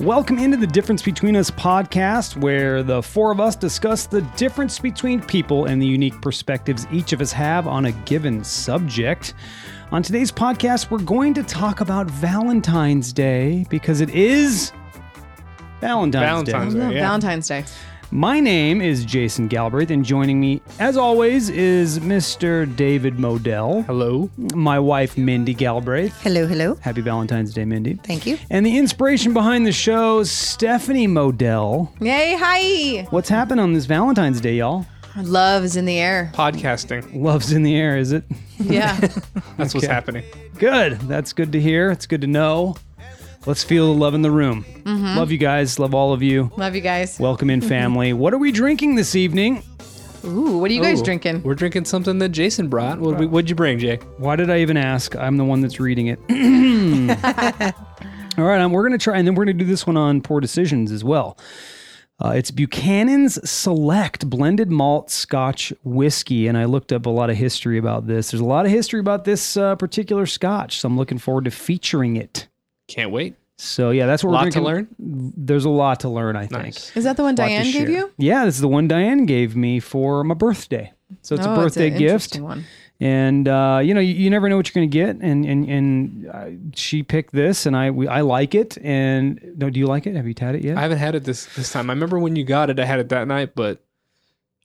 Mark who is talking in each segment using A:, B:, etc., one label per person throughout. A: Welcome into the Difference Between Us podcast, where the four of us discuss the difference between people and the unique perspectives each of us have on a given subject. On today's podcast, we're going to talk about Valentine's Day because it is Valentine's, Day.
B: Valentine's Day. yeah.
C: Oh, Valentine's Day.
A: My name is Jason Galbraith, and joining me, as always, is Mr. David Modell,
B: Hello.
A: my wife, Mindy Galbraith.
D: Hello, hello.
A: Happy Valentine's Day, Mindy.
D: Thank you.
A: And the inspiration behind the show, Stephanie Modell.
C: Yay, hi.
A: What's happened on this Valentine's Day, y'all?
C: Love is in the air.
B: Podcasting.
A: Love's in the air, is it?
C: Yeah.
B: That's what's happening.
A: Good. That's good to hear. It's good to know. Let's feel the love in the room. Love you guys. Love all of you.
C: Love you guys.
A: Welcome in, family. what are we drinking this evening?
C: Ooh, what are you guys
B: Ooh,
C: drinking?
B: We're drinking something that Jason brought. What we, what'd you bring, Jay?
A: Why did I even ask? I'm the one that's reading it. All right, um, we're going to try, and then we're going to do this one on poor decisions as well. Uh, it's Buchanan's Select Blended Malt Scotch Whiskey, and I looked up a lot of history about this. There's a lot of history about this uh, particular Scotch, so I'm looking forward to featuring it.
B: Can't wait.
A: So yeah, that's what
B: Lot
A: we're
B: to
A: drinking.
B: learn.
A: There's a lot to learn, I think.
B: Nice.
C: is that the one
A: Lot to
C: Diane gave
A: share.
C: you?
A: Yeah, this is the one Diane gave me for my birthday. So it's a
C: Oh, it's
A: birthday
C: an
A: gift
C: interesting One.
A: and uh, you know you, you never know what you're going to get and and and uh, she picked this and I we, I like it and no do you like it have you had it yet
B: I haven't had it this this time. I remember when you got it, I had it that night, but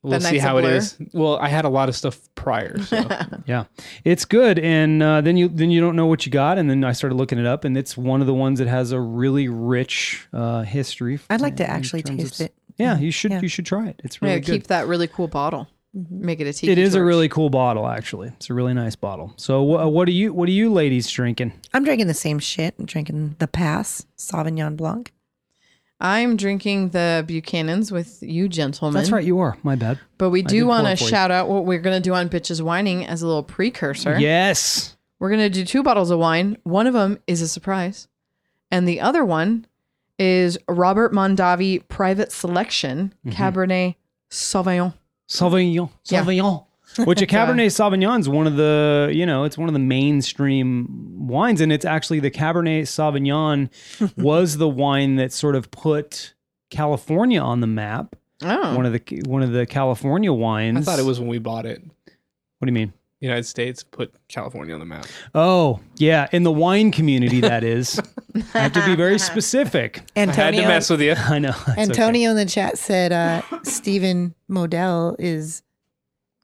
B: we'll
C: That
B: see
C: night's a
B: how it
C: blur.
B: is. Well, I had a lot of stuff prior. So.
A: yeah it's good and uh, then you then you don't know what you got and then I started looking it up and it's one of the ones that has a really rich uh, history
D: I'd like to
A: in
D: actually
A: terms of-
D: taste it. Mm-hmm.
A: yeah you should
D: Yeah.
A: you should try it it's
C: Yeah,
A: really good
C: keep that really cool bottle. Make it a tiki.
A: it is a
C: torch.
A: really cool bottle actually it's a really nice bottle so wh- what are you what are you ladies drinking
D: I'm drinking the same shit. I'm drinking the Pass Sauvignon Blanc.
C: I'm drinking the Buchanan's with you gentlemen.
A: that's right you are my bad
C: But we
A: did
C: do want
A: pour
C: to
A: for you.
C: shout out what we're going to do on Bitches Whining as a little precursor.
A: yes
C: We're going to do two bottles of wine. One of them is a surprise, and the other one is Robert Mondavi Private Selection Cabernet Sauvignon.
A: Sauvignon.
C: Yeah.
A: Sauvignon. Which a Cabernet Sauvignon is one of the, you know, it's one of the mainstream wines. And it's actually the Cabernet Sauvignon was the wine that sort of put California on the map.
C: Oh.
A: One of the one of the California wines.
B: I thought it was when we bought it.
A: What do you mean?
B: United States put California on the map.
A: Oh, yeah, in the wine community that is. I have to be very specific.
B: I had to
D: Antonio,
B: mess with you.
A: I know. it's okay.
D: Antonio in the chat said uh, Stephen Modell is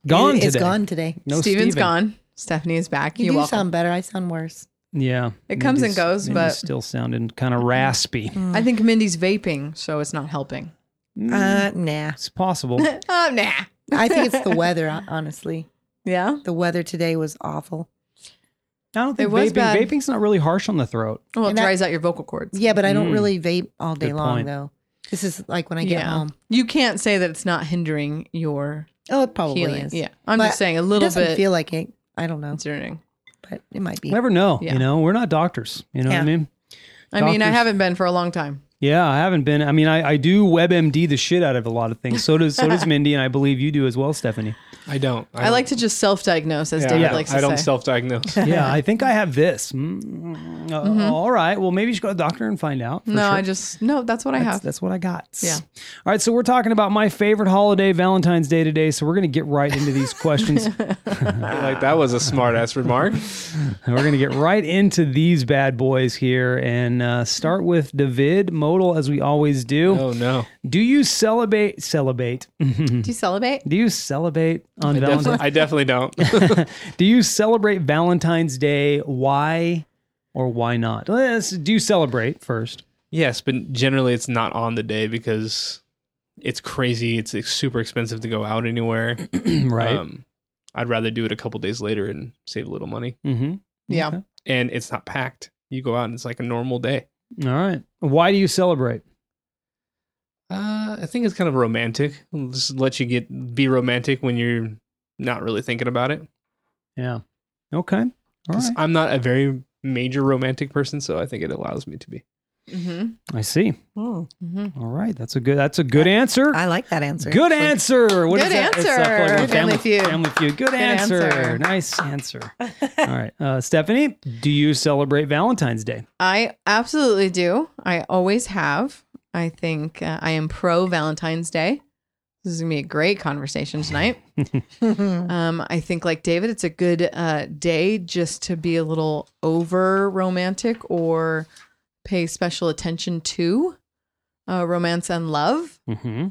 A: gone
D: is
A: today.
D: gone today.
A: No
C: Steven's
A: Steven.
C: gone. Stephanie is back.
D: You
C: You're
D: do
C: welcome.
D: sound better. I sound worse.
A: Yeah.
C: It comes
A: Mindy's-
C: and goes,
A: Mindy's
C: but-
A: still sounding kind of raspy.
C: I think Mindy's vaping, so it's not helping.
A: Mm.
D: Uh, nah.
A: It's possible.
C: Oh, nah.
D: I think it's the weather. hon- Honestly,
C: Yeah.
D: the weather today was awful.
A: I don't think
C: It was
A: vaping,
C: bad.
A: vaping's not really harsh on the throat.
C: Well, it
D: And that-
C: dries out your vocal cords.
D: Yeah, but I don't
A: Mm.
D: really vape all day
A: Good
D: long
A: point.
D: though. This is like when I get
C: Yeah.
D: home.
C: You can't say that it's not hindering your
D: Oh, it probably
C: healing.
D: is.
C: Yeah. I'm
D: But
C: just saying a
D: it
C: little
D: doesn't
C: bit
D: feel like it. I don't know,
C: concerning.
D: but it might be.
A: Never know.
C: Yeah.
A: You know, we're not doctors. You know what
D: Yeah.
A: I mean?
C: I mean, I
A: Doctors-
C: haven't been for a long time.
A: Yeah, I haven't been. I mean, I, I do WebMD the shit out of a lot of things. So does so does Mindy, and I believe you do as well, Stephanie.
B: I don't.
C: I, like to just self diagnose, as
B: Yeah,
C: David
B: I don't-
C: likes to
B: I don't
C: say.
B: self-diagnose.
A: Yeah, I think I have this. Mm, uh, all right. Well, maybe you should go to the doctor and find out. for
C: Mm-hmm. no,
A: sure.
C: I just, no, that's what I
A: That's,
C: have.
A: that's what I got.
C: Yeah.
A: All right. So we're talking about my favorite holiday, Valentine's Day today. So we're going to get right into these questions.
B: like that was a smart ass remark.
A: And we're going to get right into these bad boys here and uh, start with David Modal, as we always do.
B: Oh no.
A: Do you celebrate? Celebrate?
C: Do you celebrate?
A: Do you celebrate on
B: I definitely,
A: Valentine's?
B: I definitely don't.
A: do you celebrate Valentine's Day? Why or why not? Let's do you celebrate first.
B: Yes, but generally it's not on the day because it's crazy. It's, it's super expensive to go out anywhere.
A: right.
B: Um, I'd rather do it a couple days later and save a little money.
A: mm-hmm.
C: Yeah.
B: And it's not packed. You go out and it's like a normal day.
A: All right. Why do you celebrate?
B: Uh, I think it's kind of romantic. It'll Just let you get be romantic when you're not really thinking about it.
A: Yeah. Okay. All
B: 'Cause
A: right.
B: I'm not a very major romantic person, so I think it allows me to be.
C: Mm-hmm.
A: I see.
D: Hmm.
C: Mm-hmm.
A: All right, that's a good. That's a good answer.
D: I like that answer.
A: Good answer. What is
C: Good
A: that? It's, uh,
C: answer.
A: Fuller
C: Family Feud.
A: Family feud. Good, answer.
C: answer.
A: Nice answer. All right, uh, Stephanie, do you celebrate Valentine's Day?
C: I absolutely do. I always have. I think uh, I am pro Valentine's Day. This is going to be a great conversation tonight. um, I think, like David, it's a good uh, day just to be a little over romantic or pay special attention to uh, romance and love.
A: Mm-hmm.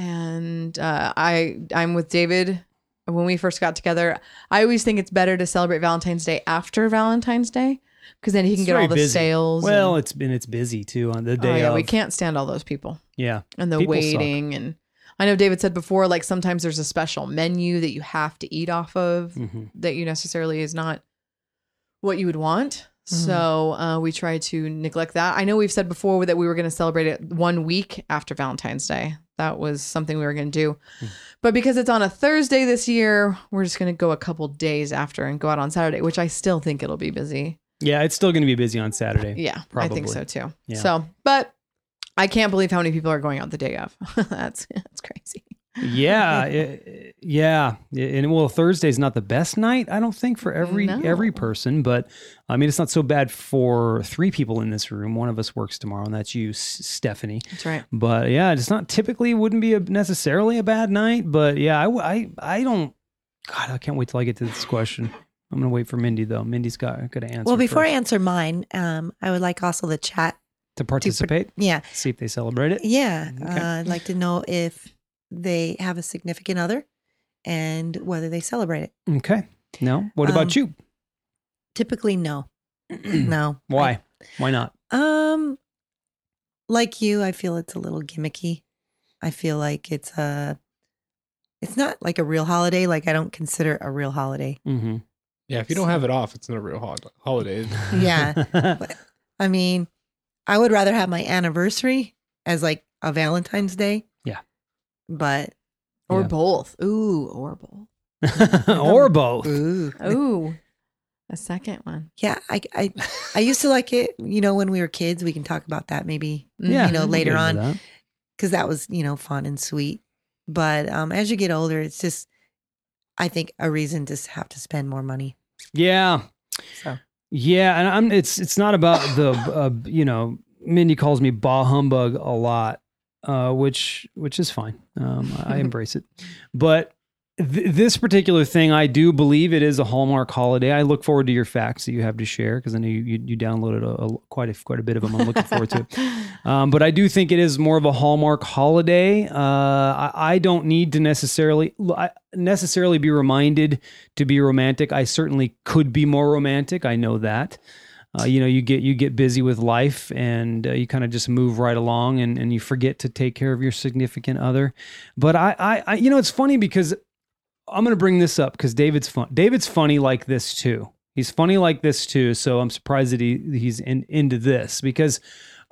C: And uh, I, I'm with David. When we first got together, I always think it's better to celebrate Valentine's Day after Valentine's Day because then he can
A: It's
C: get all
A: very
C: the
A: busy.
C: sales. and-
A: Well, it's been it's busy too on the day.
C: oh yeah,
A: of.
C: we can't stand all those people
A: Yeah.
C: and the
A: People suck.
C: waiting and I know David said before like sometimes there's a special menu that you have to eat off of
A: hmm
C: that you necessarily is not what you would want. So uh, we try to neglect that. I know we've said before that we were going to celebrate it one week after Valentine's Day. That was something we were going to do. But because it's on a Thursday this year, we're just going to go a couple days after and go out on Saturday, which I still think it'll be busy.
A: Yeah, it's still going to be busy on Saturday.
C: Yeah, I
A: Probably.
C: think so too.
A: Yeah.
C: So, but I can't believe how many people are going out the day of. that's that's crazy.
A: yeah it- yeah and well thursday's not the best night i don't think for every
C: No.
A: every person but i mean it's not so bad for three people in this room one of us works tomorrow and that's you S- stephanie
C: That's right.
A: but yeah it's not typically wouldn't be a, necessarily a bad night but yeah I, w- I I don't god i can't wait till i get to this question i'm gonna wait for mindy though mindy's got got to answer
D: Well, before I
A: first.
D: answer mine, um, I would like also the chat.
A: to participate
D: Yeah.
A: see if they celebrate it
D: Yeah.
A: Okay.
D: Uh, I'd like to know if they have a significant other and whether they celebrate it.
A: okay no what about
D: Um,
A: you
D: Typically, no. no.
A: why why not
D: Um, like you, I feel it's a little gimmicky. I feel like it's a, it's not like a real holiday. Like I don't consider a real holiday.
A: mm-hmm.
B: Yeah, if you don't have it off, it's not a real hol- holiday.
D: Yeah. I mean, I would rather have my anniversary as like a Valentine's Day.
A: Yeah.
D: But
C: Or
A: Yeah.
C: both. Ooh, or both.
A: or both
D: ooh,
C: Ooh, a second one.
D: yeah, I, I I used to like it. You know, when we were kids, we can talk about that maybe
A: Yeah,
D: you know,
C: Mm-hmm.
A: I'm
D: later
A: good with
D: on.
A: that.
D: because that was you know fun and sweet. But um, as you get older, it's just I think a reason to s- have to spend more money.
A: Yeah,
D: So
A: yeah, and I'm. It's it's not about the uh, you know. Mindy calls me bah humbug a lot, uh, which which is fine. Um, I embrace it, but. Th- this particular thing, I do believe it is a Hallmark holiday. I look forward to your facts that you have to share because I know you, you, you downloaded a, a- quite a quite a bit of them. I'm looking forward to it. Um, but I do think it is more of a hallmark holiday. Uh, I, I don't need to necessarily I necessarily be reminded to be romantic. I certainly could be more romantic. I know that. Uh, you know, you get you get busy with life, and uh, you kind of just move right along, and, and you forget to take care of your significant other. But I, I, I you know, it's funny because I'm going to bring this up because David's fun. David's funny like this too. He's funny like this too. So I'm surprised that he he's in, into this because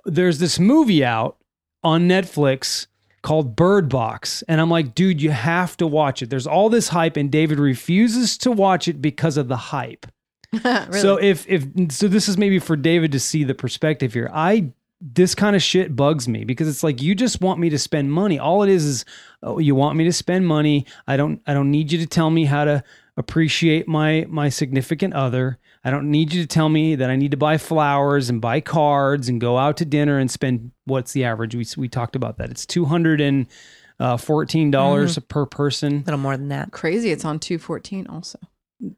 A: there's this movie out on Netflix called Bird Box, and I'm like, dude, you have to watch it. There's all this hype, and David refuses to watch it because of the hype.
C: Really?
A: So if if so, this is maybe for David to see the perspective here. I this kind of shit bugs me because it's like you just want me to spend money. All it is is oh, you want me to spend money. I don't I don't need you to tell me how to appreciate my my significant other. I don't need you to tell me that I need to buy flowers and buy cards and go out to dinner and spend what's the average? We we talked about that. It's two hundred and uh, fourteen dollars per person.
D: a little more than that.
C: crazy. It's on 214 also.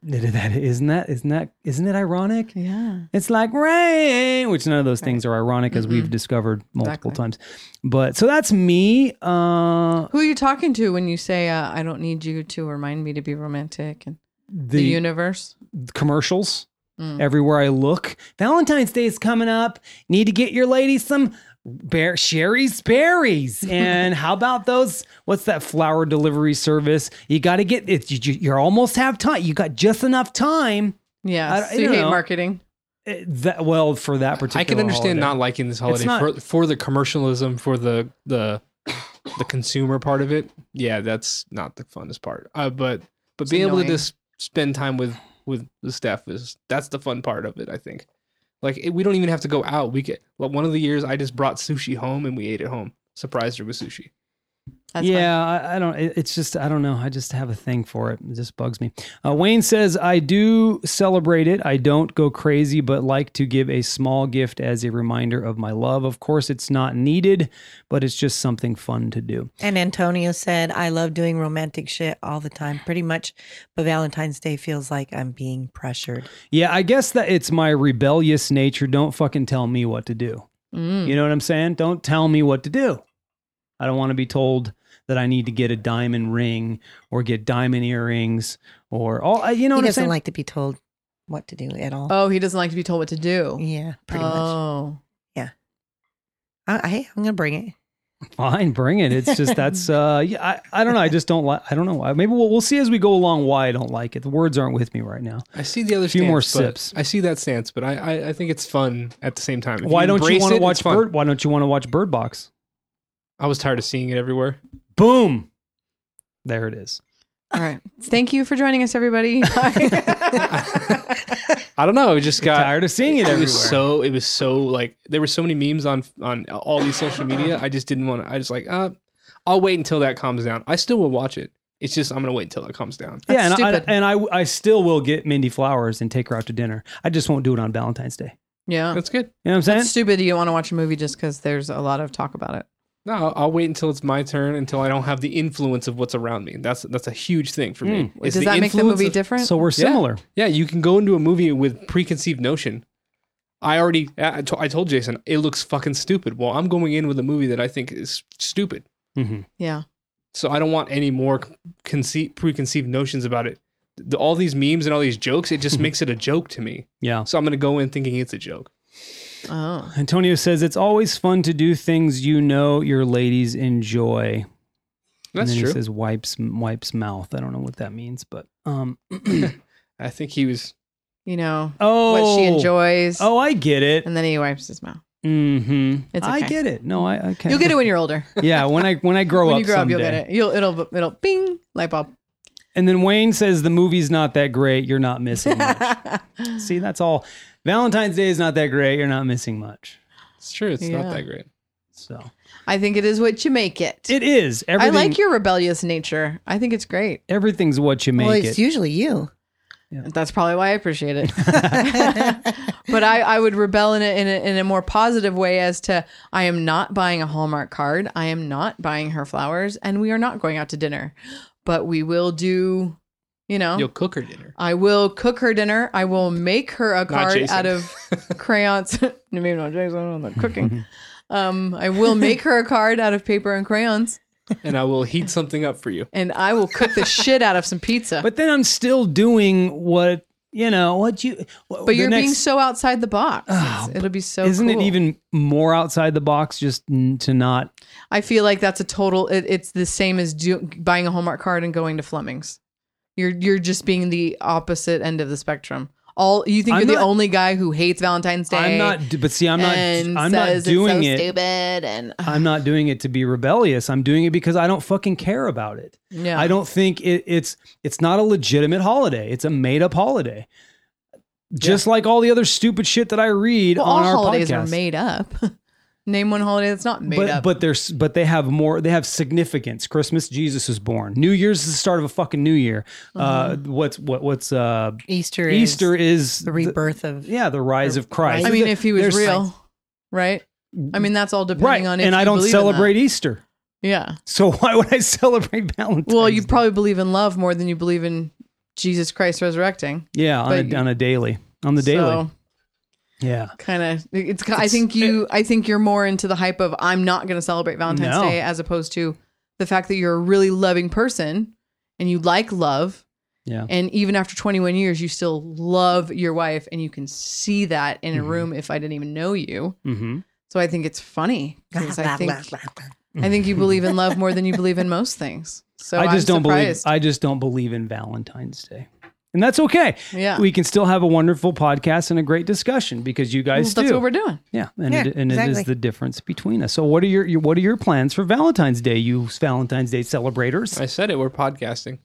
A: That isn't that isn't that isn't it ironic?
C: Yeah.
A: It's like rain, which none of those things are ironic as we've discovered multiple times.
C: Exactly.
A: But so that's me. Uh,
C: Who are you talking to when you say, uh, I don't need you to remind me to be romantic and
A: the
C: the, universe?
A: commercials
C: Mm.
A: everywhere I look. Valentine's Day is coming up. Need to get your ladies some bear Sherry's berries. And how about those? What's that flower delivery service? You got to get it. You, you're almost have time. You got just enough time. I-
C: Yeah.
A: I
C: So you
A: don't
C: hate
A: know.
C: marketing.
A: Eh, That well for that particular.
B: I can understand
A: holiday.
B: not liking this holiday
A: not-
B: for, for the commercialism, for the the the consumer part of it. Yeah, that's not the funnest part. Uh, but but
C: It's
B: being able
C: annoying.
B: to just spend time with with the staff is that's the fun part of it. I think Like it, we don't even have to go out. We get like one of the years I just brought sushi home and we ate at home. Surprised her with sushi.
C: That's fine.
A: yeah, I, I don't. it- It's just I don't know. I just have a thing for it. It just bugs me. Uh, Wayne says I do celebrate it. I don't go crazy, but like to give a small gift as a reminder of my love. Of course, it's not needed, but it's just something fun to do.
D: And Antonio said, I love doing romantic shit all the time, pretty much. But Valentine's Day feels like I'm being pressured.
A: Yeah, I guess that it's my rebellious nature. Don't fucking tell me what to do.
C: Mm.
A: You know what I'm saying? Don't tell me what to do. I don't want to be told that I need to get a diamond ring or get diamond earrings or all. uh, You know what
D: he
A: I'm
D: doesn't
A: saying?
D: like to be told what to do at all.
C: Oh, he doesn't like to be told what to
A: Oh.
C: do.
D: yeah, pretty much.
C: oh.
D: I, I, hey, I'm going to bring it.
A: Fine, bring it. It's just that's uh yeah, I, I don't know. I just don't like I don't know why. Maybe we'll we'll see as we go along why I don't like it. The words aren't with me right now.
B: I see the other
A: Few
B: stance,
A: more
B: but-
A: sips.
B: I see that stance, but I I, I think it's fun at the same time. If
A: Why don't you
B: embrace
A: want
B: it,
A: to
B: it's
A: watch
B: fun.
A: Bird why don't you want to watch Bird Box?
B: I was tired of seeing it everywhere.
A: Boom. There it is.
C: All right. Thank you for joining us, everybody.
B: I don't know. It just got
A: Tired of seeing it
B: It
A: everywhere.
B: Uh, was so. It was so like there were so many memes on on all these social media. I just didn't want to. I just like uh, I'll wait until that calms down. I still will watch it. It's just I'm gonna wait until it calms down.
A: yeah, and
C: That's
A: I,
C: stupid.
A: and I I still will get Mindy flowers and take her out to dinner. I just won't do it on Valentine's Day.
C: yeah.
B: That's good.
A: You know what I'm
C: It's
A: saying?
C: stupid. You want to watch a movie just because there's a lot of talk about it.
B: No, I'll, I'll wait until it's my turn. Until I don't have the influence of what's around me. That's that's a huge thing for me. Is
C: Hmm. Does that make the
B: influence
C: movie
B: of-
C: different?
A: So we're similar.
B: Yeah, you can go into a movie with preconceived notion. I already I I to- I told Jason it looks fucking stupid. Well, I'm going in with a movie that I think is stupid.
A: hmm
C: yeah.
B: so I don't want any more conce- preconceived notions about it. The, all these memes and all these jokes, it
A: Mm-hmm.
B: just makes it a joke to me.
A: Yeah.
B: So I'm gonna go in thinking it's a joke.
C: Oh.
A: Antonio says it's always fun to do things you know your ladies enjoy. and
B: That's
A: then
B: true.
A: He says wipes wipes mouth. I don't know what that means, but um.
B: I think he was.
C: You know,
A: Oh,
C: what she enjoys.
A: Oh, I get it.
C: And then he wipes his mouth.
A: Mm-hmm.
C: It's
A: I
C: okay.
A: get it. No, I okay.
C: You'll get it when you're older.
A: yeah, when I when I grow
C: when
A: up,
C: you grow up, you'll get
A: someday.
C: it. You'll it'll it'll bing light bulb.
A: And then Wayne says the movie's not that great. You're not missing much. See, that's all. Valentine's Day is not that great. You're not missing much.
B: It's true. It's
C: Yeah.
B: not that great.
A: So
C: I think it is what you make it.
A: it is.
C: I
A: Everything,
C: like your rebellious nature. I think it's great.
A: Everything's what you make
D: well,
A: it.
D: it's usually you.
C: That's probably why I appreciate it. but I, I would rebel in a, in, a, in a more positive way as to I am not buying a Hallmark card. I am not buying her flowers. And we are not going out to dinner. But we will do, you know,
B: You'll cook her dinner.
C: I will cook her dinner. I will make her a card
B: Jason.
C: out of crayons. Maybe not Jason on the cooking. um, I will make her a card out of paper and crayons.
B: and I will heat something up for you.
C: And I will cook the shit out of some pizza.
A: But then I'm still doing what you know. What you?
C: But you're being so outside the box. It's- It'll be so.
A: Oh, Isn't
C: cool.
A: it even more outside the box just n- to not
C: I feel like that's a total. It, it's the same as do, buying a Hallmark card and going to Fleming's. You're you're just being the opposite end of the spectrum. All you think
A: I'm
C: you're
A: not-
C: the only guy who hates Valentine's Day.
A: I'm not, d- but see, I'm not,
C: and
A: I'm not
C: says
A: doing
C: it's so
A: it.
C: Stupid and
A: I'm not doing it to be rebellious. I'm doing it because I don't fucking care about it.
C: yeah.
A: I don't think it, it's it's not a legitimate holiday. It's a made up holiday, just like all the other stupid shit that I read
C: Well, all
A: on our
C: holidays
A: podcast.
C: are made up. Name one holiday that's not made
A: but
C: up.
A: but there's but they have more. They have significance. Christmas, Jesus is born. New Year's is the start of a fucking new year. Uh,
C: Mm-hmm.
A: what's what what's uh,
D: Easter is
A: Easter is
D: the rebirth of.
A: yeah, the rise of Christ.
C: I mean,
A: Th-
C: if he was
A: there's-
C: real, right? I mean, that's all depending
A: right?
C: on. If
A: And
C: you
A: I don't
C: believe in that.
A: celebrate Easter.
C: Yeah.
A: So why would I celebrate Valentine's?
C: Well, you
A: Day?
C: probably believe in love more than you believe in Jesus Christ resurrecting.
A: yeah on
C: but-
A: a, on a daily on the daily
C: So
A: yeah.
C: kind of, it's. I think you. I think you're more into the hype of I'm not going to celebrate Valentine's
A: No.
C: Day as opposed to the fact that you're a really loving person and you like love.
A: Yeah.
C: And even after 21 years, you still love your wife, and you can see that in a
A: Mhm.
C: room. If I didn't even know you,
A: Mm-hmm.
C: So I think it's funny 'cause I think
D: I
C: I think you believe in love more than you believe in most things. So
A: I just
C: am
A: don't
C: surprised.
A: believe I just don't believe in Valentine's Day. And that's okay.
C: yeah,
A: We can still have a wonderful podcast and a great discussion because you
C: Well,
A: guys
C: that's
A: do.
C: what we're doing.
A: yeah, and,
D: Yeah,
A: it, and it
D: exactly.
A: is the difference between us. So, what are your, your what are your plans for Valentine's Day, you Valentine's Day celebrators?
B: I said it. We're podcasting.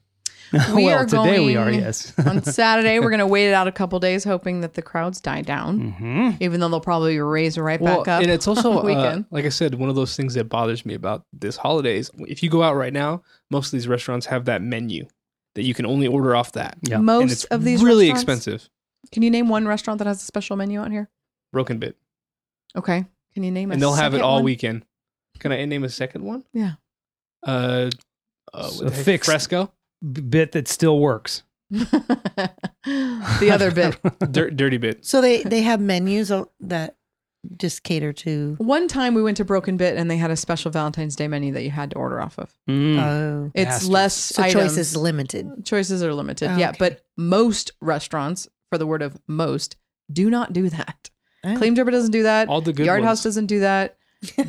C: We
A: well,
C: are
A: today we are,
C: going-
A: yes.
C: On Saturday, we're going to wait it out a couple days, hoping that the crowds die down,
A: hmm
C: even though they'll probably raise it right back up.
B: Mm-hmm. and it's
C: on
B: also
C: the
B: uh,
C: weekend.
B: like I said, one of those things that bothers me about this holiday is if you go out right now, most of these restaurants have that menu that you can only order off that.
A: Yeah. And
B: and it's
C: Most of these
B: really
C: restaurants-
B: expensive.
C: Can you name one restaurant that has a special menu on here?
B: Broken bit,
C: Okay. Can you name a
B: and they'll have it
C: second
B: all
C: one?
B: weekend. Can I name a second one?
C: Yeah.
B: Uh, uh what
A: So
B: the heck?
A: fixed.
B: fresco,
A: Bit that still works.
C: the other bit.
B: Dirt, dirty bit.
D: So they they have menus o- that just cater to.
C: One time we went to Broken Bit and they had a special Valentine's Day menu that you had to order off of.
A: Mm.
B: Uh,
C: Uh,
D: Oh,
C: It's
A: Bastards.
C: less
D: so
C: Hmm. items.
D: choice is limited.
C: Choices are limited.
D: Oh,
C: Yeah,
D: okay.
C: but most restaurants, for the word of most, do not do that.
D: Oh.
C: Claim Jibber doesn't do that.
B: All the good
C: Yard
B: ones.
C: House doesn't do that.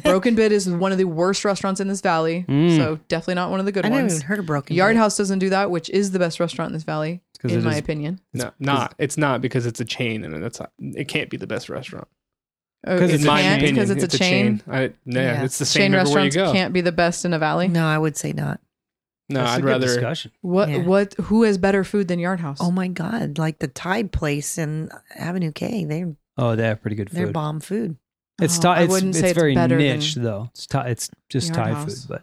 C: Broken Bit is one of the worst restaurants in this valley,
A: Mm.
C: so definitely not one of the good
D: I never
C: ones.
D: even heard of broken
C: Yard
D: Bit.
C: House doesn't do that, which is the best restaurant in this valley,
A: 'Cause
C: in
A: it
C: my
A: is-
C: opinion.
B: No, not it's not because it's a chain, and that's not, it can't be the best restaurant.
A: 'Cause
C: it
A: it's a
C: can't
A: chain.
C: because it's, a chain.
B: I, nah,
D: Yeah.
B: it's the
C: Chain
B: same everywhere you
C: restaurants
B: go.
C: can't be the best in a valley.
D: No, I would say not.
B: no,
A: That's a
B: I'd
A: good
B: rather
A: discussion.
C: What?
D: Yeah.
C: What? Who has better food than Yard House?
D: Oh my God! Like the Tide Place and Avenue K, they
A: Oh, they have pretty good
D: they're
A: food.
D: bomb food.
A: It's
C: Oh,
A: Thai.
C: I
A: it's,
C: wouldn't
A: it's,
C: say it's
A: very
C: better than
A: niche though. It's Thai, It's just
C: Yard
A: Thai
C: House.
A: food, but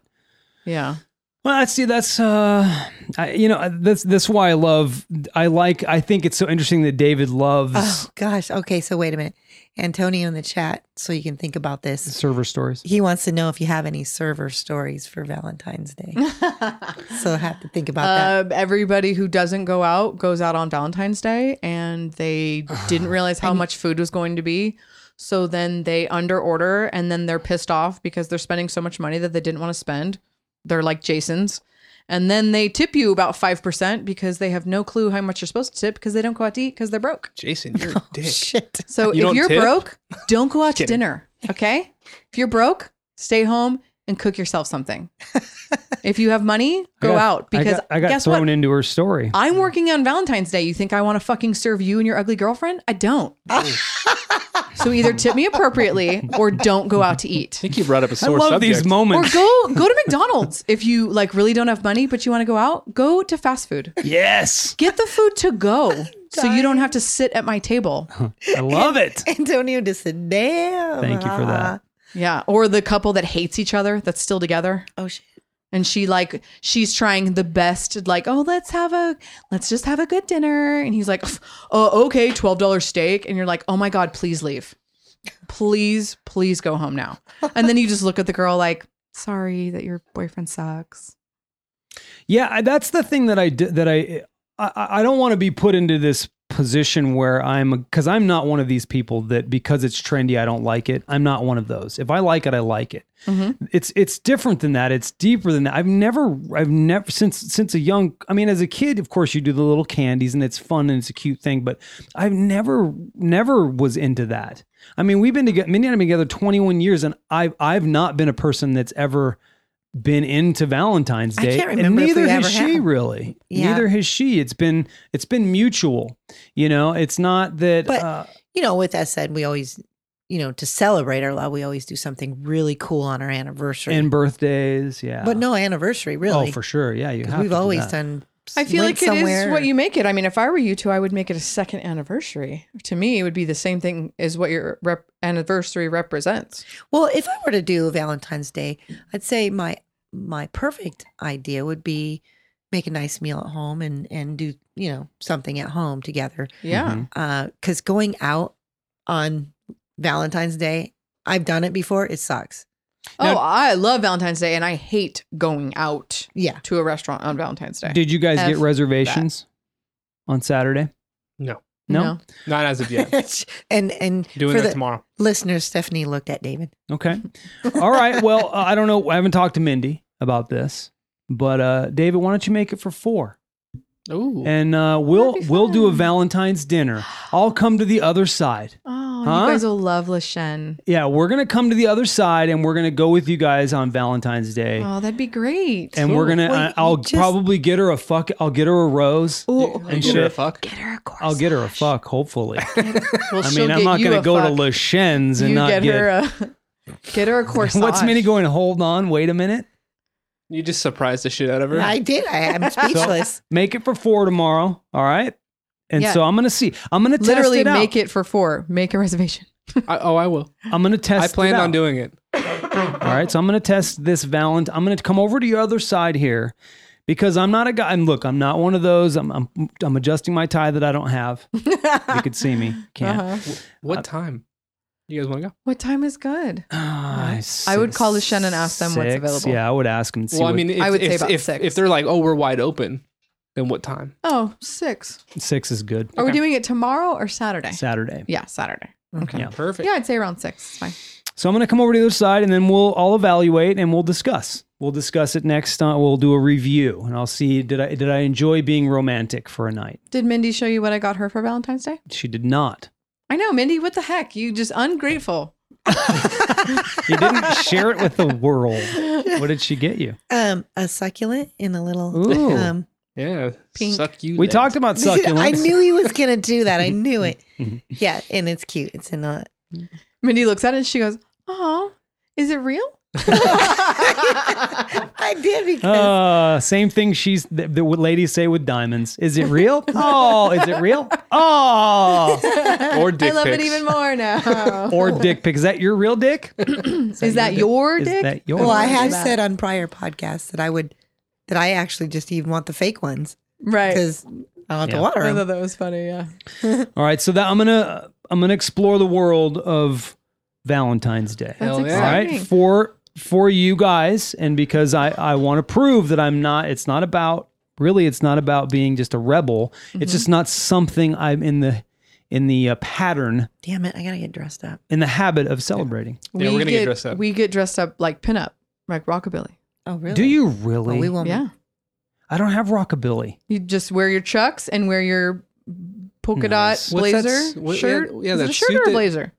C: yeah.
A: Well, that's see, that's uh, I, you know, I- that's that's why I love. I like. I think it's so interesting that David loves
D: Oh gosh. Okay, so wait a minute, Antonio in the chat, so you can think about this.
A: server stories.
D: He wants to know if you have any server stories for Valentine's Day. so I have to think about that.
C: Uh, everybody who doesn't go out goes out on Valentine's Day, and they didn't realize how much food was going to be. So then they underorder, and then they're pissed off because they're spending so much money that they didn't want to spend. They're like Jason's, and then they tip you about five percent because they have no clue how much you're supposed to tip because they don't go out to eat because they're broke.
B: Jason, you're
C: Oh,
B: a dick.
D: Shit.
C: So
B: You
C: if
B: don't
C: you're
B: tip?
C: broke, don't go out to
B: Kidding.
C: dinner. Okay. If you're broke, stay home and cook yourself something. if you have money,
A: I
C: go
A: got-
C: out because
A: I got, I got
C: guess
A: thrown
C: what?
A: into her story.
C: I'm working on Valentine's Day. You think I want to fucking serve you and your ugly girlfriend? I don't. so either tip me appropriately or don't go out to
B: I
C: eat.
B: think you brought up a
A: I
B: sore
A: love
B: subject.
A: these
C: Or
A: moments.
C: go go to McDonald's if you like really don't have money but you want to go out. Go to fast food.
A: yes,
C: Get the food to go so you don't have to sit at my table.
A: I love it.
D: Antonio just said, "Damn."
A: Thank you for that.
C: Yeah, or the couple that hates each other that's still together.
D: Oh shit.
C: and she like she's trying the best like oh let's have a let's just have a good dinner and he's like oh okay $12 steak and you're like oh my god please leave please please go home now and then you just look at the girl like sorry that your boyfriend sucks
A: Yeah, I, that's the thing that I did. That I, I I don't want to be put into this position where I'm because I'm not one of these people that because it's trendy I don't like it. I'm not one of those. If I like it, I like it.
D: Mm-hmm.
A: It's it's different than that. It's deeper than that. I've never I've never since since a young. I mean, as a kid, of course, you do the little candies and it's fun and it's a cute thing. But I've never never was into that. I mean, we've been together. Mindy and I've been together 21 years, and I've I've not been a person that's ever been into Valentine's
D: I
A: Day.
D: can't
A: and
D: remember if
A: neither
D: we
A: has
D: ever
A: she
D: have.
A: really.
D: Yeah.
A: Neither has she. It's been it's been mutual. You know, it's not that.
D: But-
A: uh,
D: you know, with that said, we always, you know, to celebrate our love, we always do something really cool on our anniversary.
A: and birthdays, yeah.
D: but no anniversary, really.
A: oh, for sure, yeah. You
D: 'Cause
A: have
D: We've
A: to do
D: always
A: that.
D: done.
C: i feel
D: went
C: like it is
D: somewhere.
C: what you make it i mean if i were you two i would make it a second anniversary to me it would be the same thing as what your rep- anniversary represents
D: Well, if I were to do Valentine's Day, I'd say my my perfect idea would be make a nice meal at home and and do you know something at home together.
C: yeah
A: Mhm.
D: Because going out on Valentine's Day, I've done it before. It sucks.
A: Now-
C: oh i love valentine's day and i hate going out
D: Yeah.
C: to a restaurant on Valentine's Day.
A: Did you guys get
C: F
A: reservations on Saturday?
B: No,
A: No.
B: not as of yet.
D: and and
B: Doing
D: for
B: that
D: the
B: tomorrow.
D: listeners, Stephanie looked at David.
A: Okay. All right. Well, uh, I don't know. I haven't talked to Mindy about this, but uh, David, why don't you make it for four?
B: Ooh,
A: And uh, we'll
C: That'd be
A: we'll do a
C: fun.
A: Valentine's dinner. I'll come to the other side.
C: Oh,
A: Huh?
C: you guys will love Lashen.
A: Yeah, we're gonna come to the other side, and we're gonna go with you guys on Valentine's Day.
C: Oh, that'd be great.
A: and we're gonna.
D: Well,
A: I-
D: you
A: I'll
D: just-
A: probably get her a fuck. I'll get her a rose.
C: Ooh,
A: and
B: Give her a
A: shit.
B: fuck.
C: get her a course.
A: I'll get her a fuck. Hopefully.
C: Well,
A: I
C: she'll
A: mean, I'm
C: get
A: not
C: you
A: gonna
C: a
A: go
C: fuck.
A: to Lachen's and
C: you
A: not
C: get
A: get.
C: her a get her a course.
A: What's Minnie going? Hold on. Wait a minute.
B: You just surprised the shit out of her.
D: I did. I am speechless.
A: Make it for four tomorrow. All right. And
C: Yeah.
A: so I'm gonna see. I'm gonna
C: Literally
A: test it out.
C: make it for four. Make a reservation.
B: I, oh, I will.
A: I'm gonna test.
B: I planned
A: it
B: on
A: out.
B: doing it.
A: All right, so I'm going to test this valent. I'm going to come over to your other side here because I'm not a guy. And look, I'm not one of those. I'm I'm, I'm adjusting my tie that I don't have. You could see me. Can't.
C: Uh-huh.
B: What time? You guys want to go?
C: What time is good?
A: Ah, s-
C: I would call the Shen and ask them what's
A: six.
C: available.
A: Yeah, I would ask them.
B: well, I mean, if,
C: I would
B: if,
C: say about
B: if,
C: six.
B: if they're like, oh, we're wide open, then what time?
C: Oh, six.
A: six is good.
C: Are we
B: Okay.
C: doing it tomorrow or Saturday?
A: Saturday.
C: yeah, Saturday.
A: Yeah.
B: Perfect.
C: Yeah, I'd say around six. It's fine.
A: So I'm going to come over to the other side and then we'll all evaluate and we'll discuss. We'll discuss it next. Uh, we'll do a review and I'll see did I did I enjoy being romantic for a night?
C: Did Mindy show you what I got her for Valentine's Day?
A: She did not.
C: I know, Mindy. What the heck? You just ungrateful.
A: You didn't share it with the world. What did she get you?
D: Um, a succulent in a little.
A: Ooh.
D: Um,
B: Yeah.
C: Pink.
B: Suck you.
A: we
B: then.
A: talked about succulents.
D: I knew he was gonna do that. I knew it.
A: Mhm.
D: yeah, and it's cute. It's in a.
C: Mindy looks at it and she goes, "Oh, is it real?"
D: I did because
A: Uh, same thing she's the, the ladies say with diamonds. Is it real? Oh, is it real? Oh,
B: Or dick
C: I love
B: pics.
C: it even more now.
A: or dick pic. Is that your real dick?
C: is, that your
A: Is
C: dick?
A: that yours?
D: well, I
C: do
D: have
C: that.
D: said uh, on prior podcasts that I would that I actually just even want the fake ones
C: right.
D: because I don't have
A: Yeah.
D: to water
C: I
D: 'em.
C: thought that was funny. Yeah.
A: All right, so that I'm gonna I'm gonna explore the world of Valentine's Day.
C: That's
B: Hell yeah.
A: All
C: exciting.
A: right, for for you guys, and because I I want to prove that I'm not. It's not about really. It's not about being just a rebel. It's just not something I'm in the in the uh, pattern
D: Damn it! I gotta get dressed up.
A: in the habit of celebrating.
B: Yeah, we're gonna get dressed up.
C: We get dressed up like pinup, like rockabilly.
D: Oh really?
A: Do you really?
D: Oh, we won't.
C: Yeah.
A: I don't have rockabilly.
C: You just wear your chucks and wear your polka
A: Nice.
C: dot
B: What's that
C: blazer
B: s- what- yeah,
C: shirt.
B: yeah,
C: Is it
B: that
C: a shirt
B: suit
C: or a
B: that-
C: blazer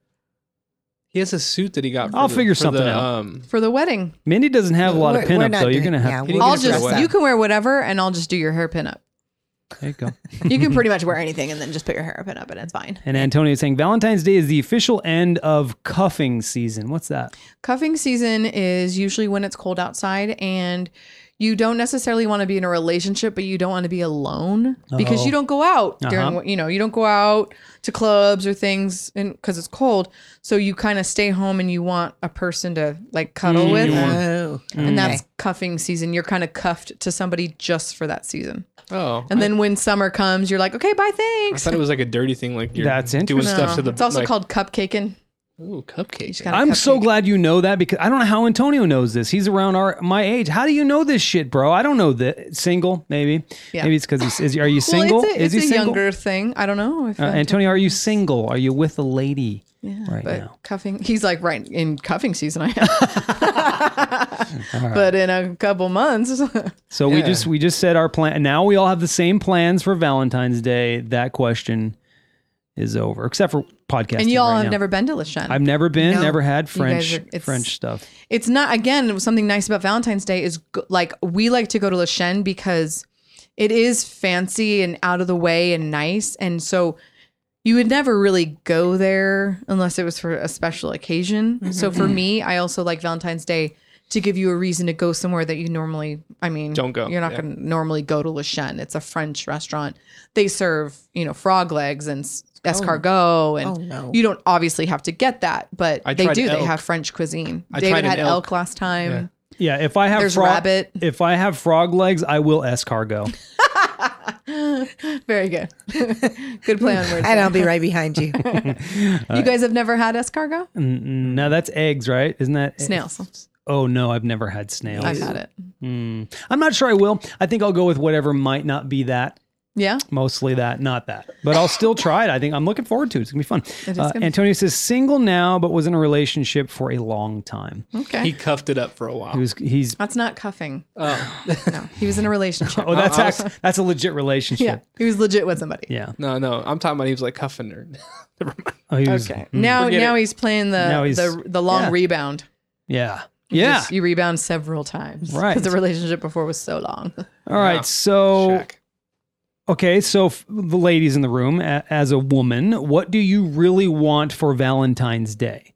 B: He has a suit that he got. For
A: I'll
B: the-
A: figure
B: for
A: something
B: the,
A: out.
B: Um,
C: for the wedding?
A: Mindy doesn't have a lot of
D: We're- we're
A: pinup
D: not
A: though. You're
D: doing-
A: gonna
D: yeah,
A: have.
D: we
B: You
C: I'll
B: can dress
C: just
B: up.
C: you can wear whatever, and I'll just do your hair pinup.
A: There you go.
C: You can pretty much wear anything, and then just put your hair pinup, and it's fine.
A: And Antonio is saying Valentine's Day is the official end of cuffing season. What's that?
C: Cuffing season is usually when it's cold outside and you don't necessarily want to be in a relationship, but you don't want to be alone because
A: Oh.
C: you don't go out
A: Uh-huh.
C: during what you know, you don't go out to clubs or things and because it's cold. So you kind of stay home and you want a person to like cuddle
A: Mm,
C: with. uh,
D: Oh,
C: And that's cuffing season. You're kind of cuffed to somebody just for that season.
B: oh.
C: And then when summer comes, you're like, okay,
B: I
C: bye, thanks. Uh,
B: thought it was like a dirty thing, like you're
A: That's
B: doing
A: interesting.
B: stuff to the.
C: It's also
B: like,
C: called cupcaking.
B: ooh, cupcake.
C: Just gotta
A: I'm so
C: cupcake.
A: glad you know that because I don't know how Antonio knows this. He's around our my age. How do you know this shit, bro? I don't know that. Single, maybe.
C: Yeah.
A: Maybe it's because he's. Is, are you single?
C: Well, it's a,
A: is
C: it's
A: he
C: a
A: single?
C: younger thing. I don't know. If
A: Uh, Antonio, are you single? Are you with a lady right
C: but
A: now?
C: cuffing he's like right in cuffing season i am but in a couple months
A: So we
B: Yeah.
A: just we just said our plan. Now we all have the same plans for Valentine's Day. That question is over, except for podcasting.
C: and y'all
A: right
C: have
A: now.
C: never been to lishan
A: I've never been,
D: No.
A: never had
C: You guys
A: French
C: are- it's-
A: French stuff.
C: it's not again it was something nice about valentine's day is go- like we like to go to lishan because it is fancy and out of the way and nice and so you would never really go there unless it was for a special occasion
B: Mm-hmm.
C: so for me i also like valentine's day to give you a reason to go somewhere that you normally i mean
B: Don't go.
C: you're not
B: Yeah.
C: going to normally go to le Chien. it's a french restaurant they serve you know frog legs and s-
B: Oh.
C: escargot and
D: Oh, no.
C: you don't obviously have to get that but
B: I
C: they
B: tried
C: do they
B: elk.
C: have french cuisine
B: I
C: David
B: tried an
C: had elk.
B: elk.
C: last time.
A: Yeah, if I have
C: There's
A: frog,
C: rabbit.
A: if I have frog legs, I will escargot.
C: Very good. good play on words.
D: and I'll be right behind you.
C: you guys have never had escargot?
A: Mm, now that's eggs, right? Isn't that
C: Snails.
A: Oh no, I've never had snails.
C: I've had it.
A: Mm. I'm not sure I will. I think I'll go with whatever might not be that.
C: Yeah.
A: Mostly that, not that. But I'll still try it. I think I'm looking forward to it. It's gonna be fun.
C: is
A: Uh,
C: gonna be-
A: Antonio says single now, but was in a relationship for a long time.
C: Okay.
B: He cuffed it up for a while.
A: He was he's
C: That's not cuffing.
B: oh.
C: No, he was in a relationship.
A: oh that's
B: I
A: act- that's a legit
C: yeah,
A: relationship.
C: he was legit with somebody.
A: Yeah.
B: No, no. I'm talking about he was like cuffing her. Never mind.
A: Oh, he was,
C: Okay. Mm. Now,
B: Forget
C: now
B: it.
C: he's playing the
A: Now he's-
C: the the long
A: yeah.
C: rebound.
A: Yeah. Yeah.
C: Just- you rebound several times.
A: Right.
C: 'Cause The relationship before was so long.
A: All right.
B: Yeah.
A: So
B: Shaq.
A: Okay, so f- the ladies in the room, a- as a woman, what do you really want for Valentine's Day?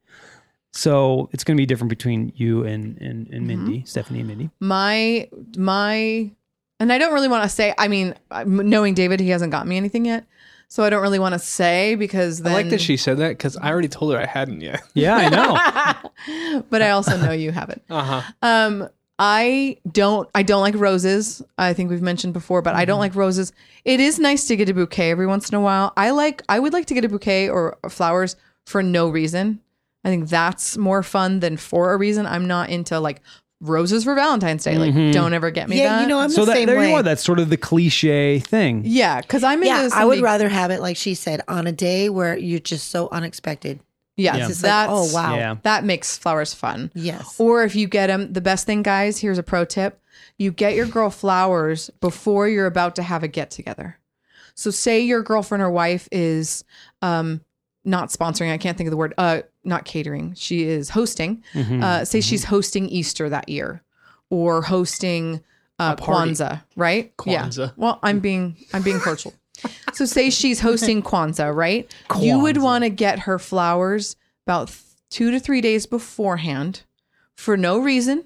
A: So it's going to be different between you and and,
C: Mm-hmm.
A: and Mindy, Stephanie and Mindy.
C: my my and i don't really want to say i mean I'm- knowing david he hasn't got me anything yet so i don't really want to say because then
B: I like that she said that because I already told her I hadn't yet.
A: Yeah, I know.
C: but i also know you haven't
B: Uh huh.
C: um i don't i don't like roses i think we've mentioned before but i don't like roses it is nice to get a bouquet every once in a while i like i would like to get a bouquet or flowers for no reason i think that's more fun than for a reason i'm not into like roses for valentine's day like
A: Mhm.
C: don't ever get me
D: yeah,
C: that.
D: you know, I'm
A: so
D: the
A: that,
D: same
A: there
D: way.
A: you are. That's sort of the cliche thing.
C: Yeah, because I'm into
D: yeah, I
C: somebody-
D: would rather have it like she said on a day where you're just so unexpected.
C: Yes,
A: Yeah.
D: It's like,
C: that's
D: oh wow,
A: Yeah.
C: that makes flowers fun.
D: yes,
C: Or if you get them, the best thing, guys. Here's a pro tip: you get your girl flowers before you're about to have a get together. So, say your girlfriend or wife is um, not sponsoring. I can't think of the word. Uh, not catering. She is hosting.
A: Mhm.
C: Uh, say she's hosting Easter that year, or hosting uh,
B: A party.
C: Kwanzaa, right?
B: Kwanzaa.
C: Well, I'm being I'm being cordial. so say she's hosting Kwanzaa, right? You would
A: Kwanzaa.
C: want to get her flowers about th- two to three days beforehand, for no reason,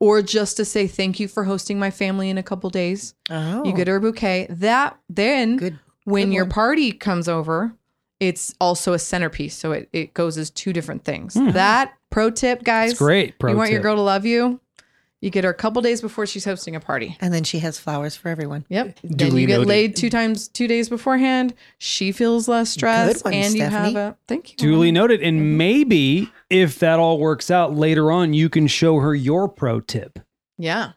C: or just to say thank you for hosting my family in a couple days.
D: oh,
C: You get her a bouquet. That then
D: good.
C: when
D: Good
C: your
D: one.
C: party comes over, it's also a centerpiece. So it, it goes as two different things. That pro tip, guys.
A: It's great. Pro
C: you want your
A: tip.
C: girl to love you? You get her a couple days before she's hosting a party.
D: And then she has flowers for everyone.
C: Yep.
B: Duly
C: then you get
B: noted.
C: laid two times, two days beforehand. She feels less stressed,
D: one,
C: and you have
D: Stephanie.
C: a thank you.
A: Duly noted.
C: Mm-hmm.
A: And maybe if that all works out later on, you can show her your pro tip.
C: Yeah.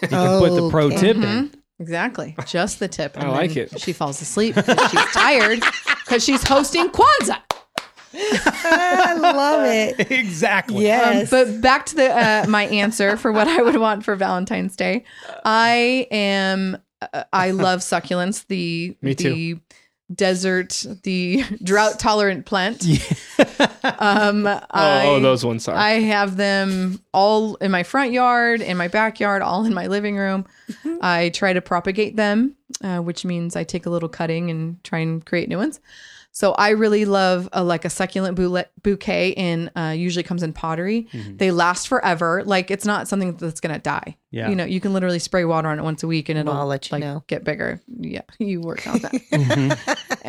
A: You can put the pro
D: Okay.
A: tip in.
C: Mhm. Exactly. Just the tip.
B: I
C: And
B: like
C: then
B: it.
C: She falls asleep because she's tired because she's hosting Kwanzaa. Um,
D: I love it.
A: exactly.
C: Um,
D: Yes,
C: but back to the uh, my answer for what I would want for Valentine's Day. I am. Uh, I love succulents. The
B: Me
C: the desert, the drought tolerant plant. Um, I,
B: oh, oh, those ones. Sorry.
C: I have them all in my front yard, in my backyard, all in my living room.
D: Mm-hmm.
C: I try to propagate them, uh, which means I take a little cutting and try and create new ones. So I really love a, like a succulent boulet, bouquet, and uh, usually comes in pottery.
D: Mm-hmm.
C: They last forever. Like it's not something that's gonna die.
A: Yeah.
C: you know, you can literally spray water on it once a week, and it'll
D: Well, I'll let you
C: like,
D: know.
C: get bigger. Yeah, you work on that.
A: Mm-hmm.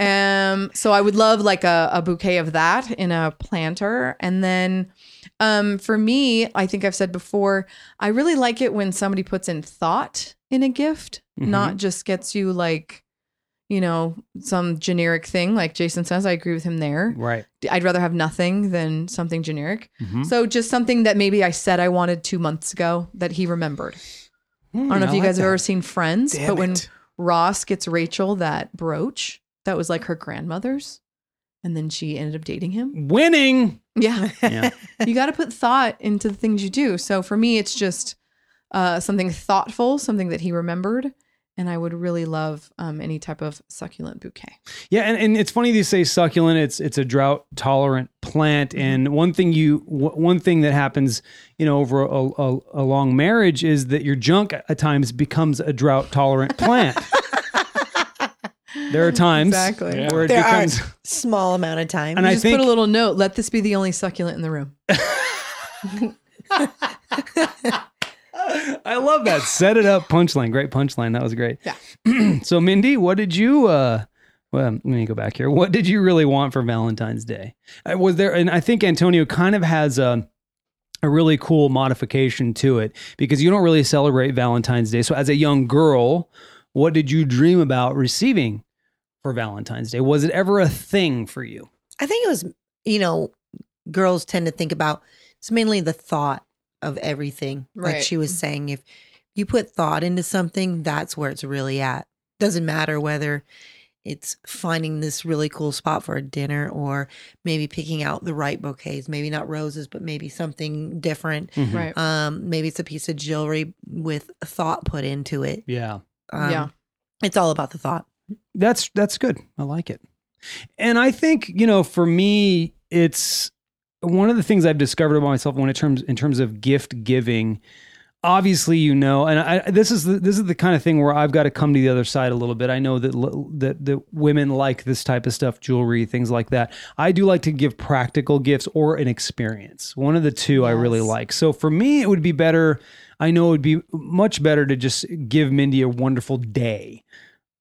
C: Um, so I would love like a, a bouquet of that in a planter. And then um, for me, I think I've said before, I really like it when somebody puts in thought in a gift,
A: Mhm.
B: Mm-hmm.
C: not just gets you like, you know, some generic thing. Like Jason says, I agree with him there.
A: Mm-hmm. Right.
C: I'd rather have nothing than something generic.
B: Mm-hmm.
A: Mhm.
C: So just something that maybe I said I wanted two months ago that he remembered. I
B: Mm-hmm.
A: Mm,
C: don't know if you guys have ever seen Friends,
B: Damn
C: but when
B: it.
C: Ross gets Rachel that brooch that was like her grandmother's, and then she ended up dating him.
A: Winning.
C: Yeah,
A: Yeah.
C: you got to put thought into the things you do. So for me, it's just uh, something thoughtful, something that he remembered. And I would really love um, any type of succulent bouquet.
A: Yeah, and, and it's funny to say succulent. It's it's a drought tolerant plant,
D: Mm-hmm.
A: and one thing you w- one thing that happens, you know, over a, a, a long marriage is that your junk at times becomes a drought tolerant plant. there are times
C: Exactly.
B: Yeah.
A: where it
D: there
A: becomes,
D: are small amount of time.
A: and I
C: Just put a
A: think
C: little note. Let this be the only succulent in the room.
A: I love that set it up punchline. Great punchline. That was great. Yeah. so Mindy, what did you? uh well, let me go back here. What did you really want for Valentine's Day? Uh, Was there, and I think Antonio kind of has a, a really cool modification to it because you don't really celebrate Valentine's Day. So, as a young girl, what did you dream about receiving for Valentine's Day? Was it ever a thing for you?
D: I think it was, you know, girls tend to think about it's mainly the thought of everything. Like
C: Right.
D: she was saying, if you put thought into something, that's where it's really at. Doesn't matter whether it's finding this really cool spot for a dinner or maybe picking out the right bouquets, maybe not roses, but maybe something different.
C: Right.
D: Um, maybe it's a piece of jewelry with thought put into it.
A: Yeah.
D: Um,
C: Yeah.
D: It's all about the thought.
A: that's that's good. I like it. And I think, you know, for me, it's one of the things I've discovered about myself when it terms in terms of gift giving. obviously you know and I, this is the, this is the kind of thing where I've got to come to the other side a little bit. I know that l- that that women like this type of stuff, jewelry, things like that. I do like to give practical gifts or an experience. One of the two I really
C: Yes.
A: like. So for me it would be better I know it would be much better to just give Mindy a wonderful day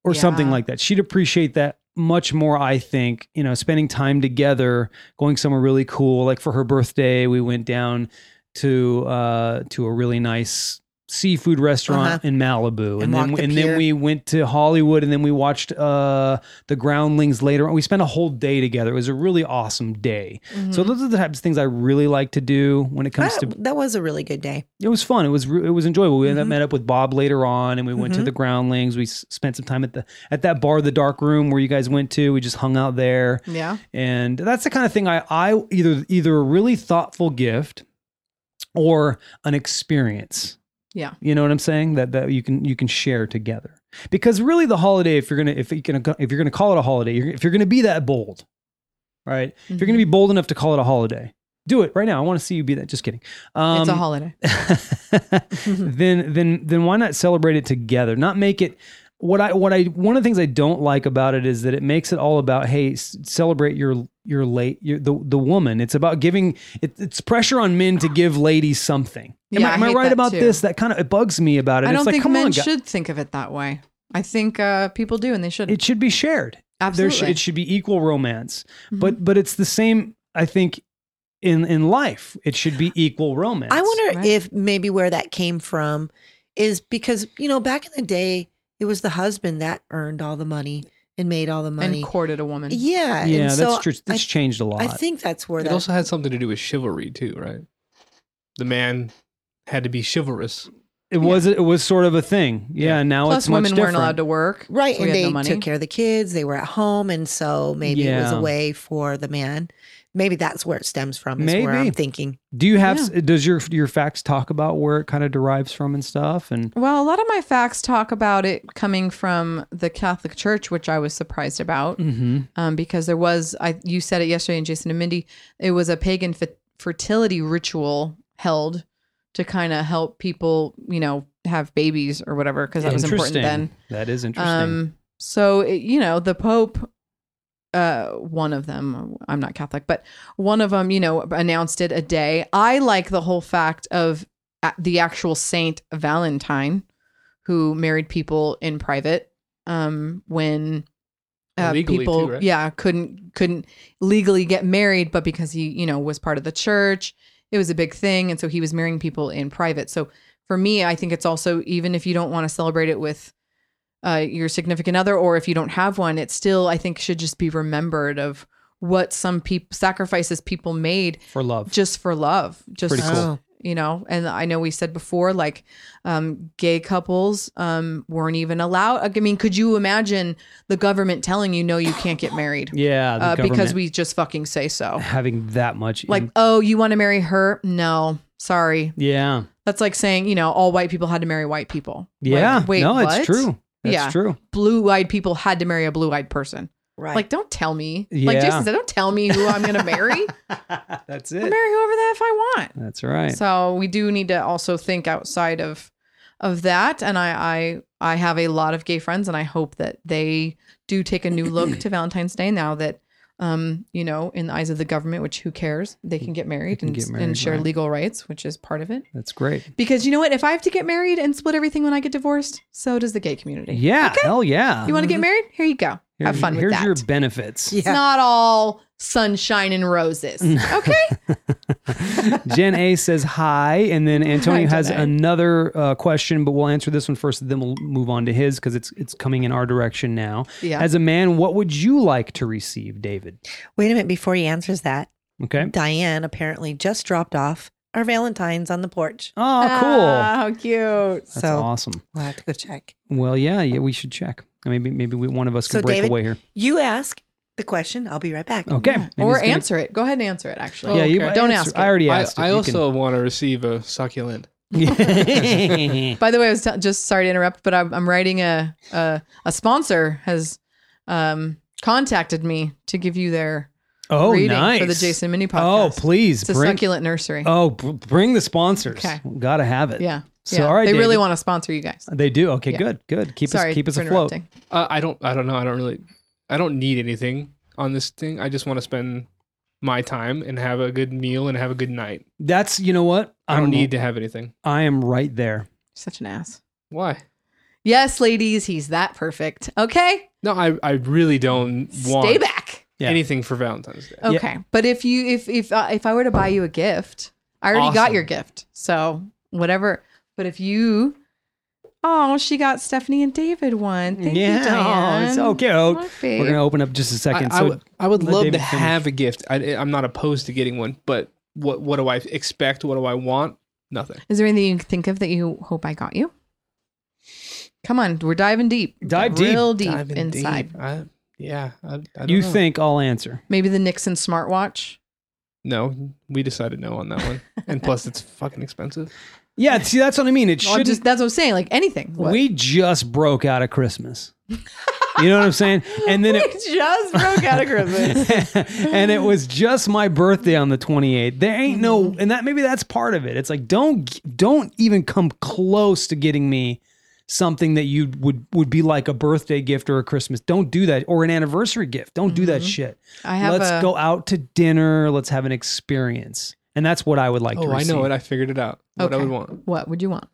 A: or something
C: Yeah.
A: like that. She'd appreciate that much more, I think, you know, spending time together, going somewhere really cool. Like for her birthday, we went down to uh to a really nice seafood restaurant
D: Uh-huh.
A: in Malibu.
D: And
A: And, then
D: walked the
A: and
D: pier.
A: then we went to Hollywood and then we watched uh the groundlings later on. We spent a whole day together. It was a really awesome day. So
D: Hmm.
C: Mhm.
A: those are the types of things I really like to do when it comes
D: That,
A: to
D: that was a really good day.
A: it was fun. It was re- it was enjoyable. We
C: Mm-hmm.
A: ended up
D: Mhm.
A: met up with Bob later on, and we went to
D: Mhm.
A: the Groundlings. We s- spent some time at the at that bar, the Dark Room, where you guys went to. We just hung out there,
C: Yeah.
A: and that's the kind of thing I I either either a really thoughtful gift or an experience.
C: Yeah.
A: you know what I'm saying that that you can you can share together because really the holiday if you're gonna if you can if you're gonna call it a holiday you're, if you're gonna be that bold, right? If you're gonna
C: Mm-hmm.
A: be bold enough to call it a holiday, do it right now. I want to see you be that. Just kidding. Um,
C: it's a holiday.
A: then then then why not celebrate it together? Not make it what I what I one of the things I don't like about it is that it makes it all about hey s- celebrate your your late your, the the woman. It's about giving it, it's pressure on men to give ladies something. Am
C: Yeah,
A: I,
C: I
A: am I
C: hate
A: right
C: that
A: about
C: too.
A: this? That kind of it bugs me about it.
C: I
A: it's
C: don't
A: like
C: think
A: come
C: men
A: on, guy-
C: should think of it that way. I think uh, people do, and they should.
A: it should be shared. There
C: Absolutely.
A: should, it should be equal romance.
C: Mhm.
A: But but it's the same. I think in in life it should be equal romance.
D: I wonder
C: Right.
D: if maybe where that came from is because, you know, back in the day, it was the husband that earned all the money and made all the money.
C: Mm-hmm. and courted a woman.
D: yeah.
A: Yeah,
D: and
A: that's
D: so
A: true.
D: I,
A: That's changed a lot.
D: I think that's where
B: It
D: that
B: also had something to do with chivalry too, right? The man had to be chivalrous.
A: It was it was sort of a thing. Yeah, now
C: Plus,
A: it's much
C: women
A: different.
C: weren't allowed to work.
D: Right.
C: so we
D: and
C: had
D: they
C: no money.
D: took care of the kids. They were at home. And so maybe it was
A: Yeah.
D: a way for the man. Maybe that's where it stems from, is where
A: Maybe.
D: I'm thinking.
A: Do you have does your your facts talk about where it kind of derives from and stuff and
C: Well, a lot of my facts talk about it coming from the Catholic Church, which I was surprised about um, because there was, I you said it yesterday in Jason and Mindy, it was a pagan fe- fertility ritual held to kind of help people, you know, have babies or whatever, because that was important
A: Interesting.
C: then.
A: That is interesting.
C: Um, so it, you know, the Pope, uh, one of them, I'm not Catholic, but one of them, you know, announced it a day. I like the whole fact of a- the actual Saint Valentine, who married people in private, um, when. Uh,
B: Legally, too,
C: people,
B: right?
C: yeah, couldn't couldn't legally get married, but because he, you know, was part of the church, it was a big thing, and so he was marrying people in private. So for me, I think it's also even if you don't want to celebrate it with uh, your significant other, or if you don't have one, it still I think should just be remembered of what some people sacrifices people made
A: for love.
C: just for love, just
A: Pretty cool.
D: Oh,
C: you know. And I know we said before, like um, gay couples um, weren't even allowed. I mean, could you imagine the government telling you no, you can't get married
A: yeah, the
C: uh, because
A: government
C: we just fucking say so?
A: having that much
C: Like,
A: in-
C: oh, you want to marry her? No, sorry.
A: yeah.
C: That's like saying you know all white people had to marry white people. Like,
A: Yeah.
C: wait,
A: no,
C: what?
A: it's true. That's
C: Yeah.
A: true.
C: Blue-eyed people had to marry a blue-eyed person.
D: right.
C: Like, don't tell me. Like
A: Yeah.
C: Jason said, don't tell me who I'm going to marry.
A: That's
C: I'll
A: it.
C: marry whoever the F I want.
A: That's right.
C: So we do need to also think outside of of that. And I, I I have a lot of gay friends, and I hope that they do take a new look to Valentine's Day now that. Um, you know, in the eyes of the government, which who cares? They can get married,
A: can
C: and,
A: get
C: and
A: married,
C: share
A: right.
C: legal rights, which is part of it.
A: That's great.
C: Because you know what? If I have to get married and split everything when I get divorced, so does the gay community.
A: Yeah. Hell yeah.
C: You want to get married? Here you go.
A: Here's
C: have
A: your-
C: fun with
A: Here's
C: that.
A: your benefits.
C: It's not all sunshine and roses. Okay.
A: Jen A says hi, and then Antonio
C: Hi,
A: has
C: Jen A.
A: another uh, question, but we'll answer this one first, then we'll move on to his because it's it's coming in our direction now.
C: Yeah.
A: As a man, what would you like to receive, David?
D: Wait a minute before he answers that.
A: Okay.
D: Diane apparently just dropped off our Valentine's on the porch.
A: Oh, cool.
C: Ah, how cute.
A: That's
D: so
A: awesome.
D: we'll have to go check.
A: Well, yeah, yeah, we should check. Maybe maybe we, one of us can
D: So,
A: break
D: David-
A: away here.
D: You ask the question. I'll be right back.
A: Okay. Maybe
C: Or
A: it's gonna-
C: answer it. Go ahead and answer it, actually.
A: Yeah, you
B: Okay.
C: Don't
A: answer-
C: ask
A: I
C: it.
A: already
B: I,
A: asked. it.
B: I
A: You
B: also want to receive a succulent.
A: can-
C: By the way, I was t- just sorry to interrupt, but I'm, I'm writing a, a a sponsor has um contacted me to give you their
A: oh,
C: reading
A: nice.
C: for the Jason Mini podcast.
A: Oh, please
C: It's a
A: bring.
C: succulent nursery.
A: Oh, br- bring the sponsors.
C: Okay.
A: Gotta have it.
C: yeah.
A: So all right,
C: they really
A: David.
C: want to sponsor you guys.
A: They do. Okay,
C: Yeah.
A: good, good. Keep
C: Sorry,
A: us keep us
C: for
A: afloat.
C: interrupting.
B: Uh, I don't. I don't know. I don't really. I don't need anything on this thing. I just want to spend my time and have a good meal and have a good night.
A: That's you know what
B: I don't
A: I'm-
B: need to have anything.
A: I am right there.
C: Such an ass.
B: Why?
C: Yes, ladies, he's that perfect. Okay,
B: No, I. I really don't want
C: stay back.
A: Yeah.
B: anything for Valentine's Day.
A: Yeah.
C: Okay, but if you if if uh, if I were to buy you a gift, I already got
B: Awesome.
C: your gift, so whatever. But if you, oh, she got Stephanie and David one. Thank you,
A: yeah, it's
C: Diane.
A: okay. Oh,
C: My
A: we're
C: fave.
A: gonna open up just a
B: I,
A: second.
B: I
A: so
B: would- I would
A: let
B: love
A: David
B: to
A: finish.
B: have a gift. I, am not opposed to getting one, but what what do I expect? What do I want? Nothing.
C: Is there anything you can think of that you hope I got you? Come on, we're diving deep.
A: Dive deep.
C: real deep,
B: Diving
C: inside.
B: deep. I, yeah. I, I don't
A: you
B: know.
A: think I'll answer?
C: Maybe the Nixon smartwatch.
B: No, we decided no on that one. and plus, it's fucking expensive.
A: Yeah. See, that's what I mean. It
C: Well, I'm
A: should
C: just that's what I'm saying. Like anything. What?
A: We just broke out of Christmas. You know what I'm saying? And then
C: We
A: it.
C: just broke out of Christmas.
A: and it was just my birthday on the 28th. There ain't
B: Mm-hmm.
A: no, and that maybe that's part of it. It's like don't don't even come close to getting me something that you would would be like a birthday gift or a Christmas. Don't do that or an anniversary gift. Don't do
B: Mm-hmm.
A: that shit.
C: I have
A: let's
C: a,
A: go out to dinner. Let's have an experience, and that's what I would like to
B: Oh, I
A: receive.
B: know it. I figured it out. What I
C: Okay.
B: would want
C: What would you want?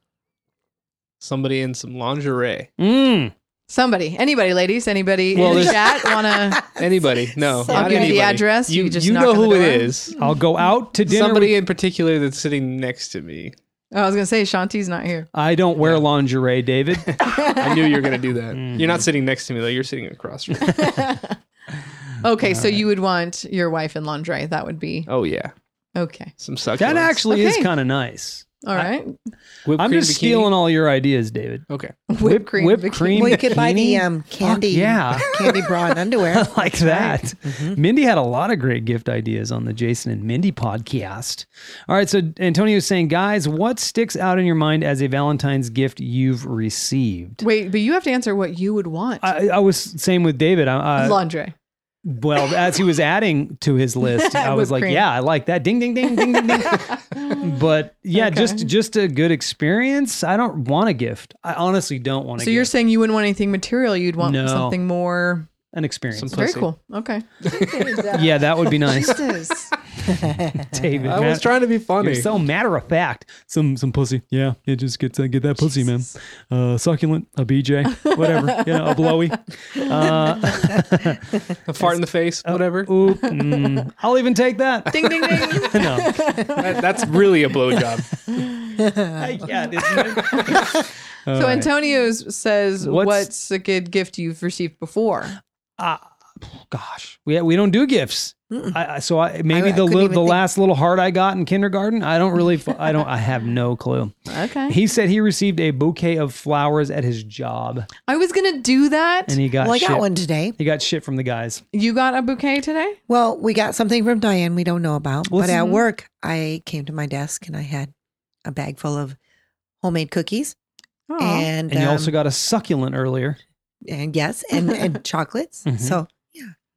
B: somebody in some lingerie.
A: Mm.
C: Somebody, anybody, ladies, anybody
B: Well,
C: in the
B: there's-
C: chat want to?
B: Anybody? No,
D: So-
B: not
C: I'll give you
B: anybody.
C: the address,
B: You
C: you just
B: you
C: knock
B: know
C: on the
B: who it
C: door.
B: is.
A: I'll go out to dinner.
B: Somebody
A: with-
B: in particular that's sitting next to me.
C: Oh, I was gonna say Shanti's not here.
A: I don't wear lingerie, David.
B: I knew you were gonna do that.
A: Mhm.
B: You're not sitting next to me though. You're sitting across from me.
C: Okay, so you would want your wife in lingerie. That would be
B: Oh yeah,
C: okay.
B: some succulents.
A: that actually is
C: Okay.
A: kind of nice.
C: All right,
B: Whipped
A: I'm
B: cream
A: just
B: bikini?
A: stealing all your ideas, David.
B: Okay.
C: whipped cream.
A: whipped
C: bikini.
A: cream.
D: Well, you could buy the
A: Bikini?
D: um, candy,
A: yeah.
D: candy bra and underwear.
A: I like that.
C: Mm-hmm.
A: Mindy had a lot of great gift ideas on the Jason and Mindy podcast. All right, so Antonio is saying, guys, what sticks out in your mind as a Valentine's gift you've received?
C: Wait, but you have to answer what you would want.
A: I, uh, I was same with David. I, I,
C: lingerie.
A: well, as he was adding to his list, I was
C: Whipped
A: like,
C: cream.
A: yeah, I like that. Ding, ding, ding, ding, ding, ding. But yeah,
C: Okay.
A: just just a good experience. I don't want a gift. I honestly don't want a
C: So
A: gift.
C: you're saying you wouldn't want anything material. You'd want
A: No.
C: something more.
A: an experience.
B: Some-
C: Very
B: Pussy.
C: cool. Okay.
A: yeah, that would be nice,
C: Jesus.
A: David.
B: I
A: man.
B: was trying to be funny.
A: You're so matter of fact. Some some pussy. Yeah, it just get to get that pussy, man. Uh, succulent, a BJ, whatever. yeah, a blowy. Uh,
B: a fart in the face, whatever.
A: oop, mm, I'll even take that.
C: ding ding ding.
A: no.
B: That- that's really a blowjob.
A: Yeah, it is.
C: So Antonio's says,
A: What's-
C: what's, a good gift you've received before?"
A: Uh, gosh, we we don't do gifts. I, I, so I, maybe
D: I
A: the
D: couldn't
A: li-
D: even
A: the
D: think-
A: last little heart I got in kindergarten. I don't really. f- I don't. I have no clue.
C: Okay.
A: He said he received a bouquet of flowers at his job,
C: I was gonna do that.
A: and he got
D: Well, I
A: shit.
D: got one today.
A: He got shit from the guys.
C: you got a bouquet today?
D: Well, we got something from Diane we don't know about.
A: What's-
D: but at work, I came to my desk and I had a bag full of homemade cookies
C: Aw.
D: and
A: And you
D: um,
A: also got a succulent earlier.
D: and yes, and and chocolates.
A: Mhm.
D: So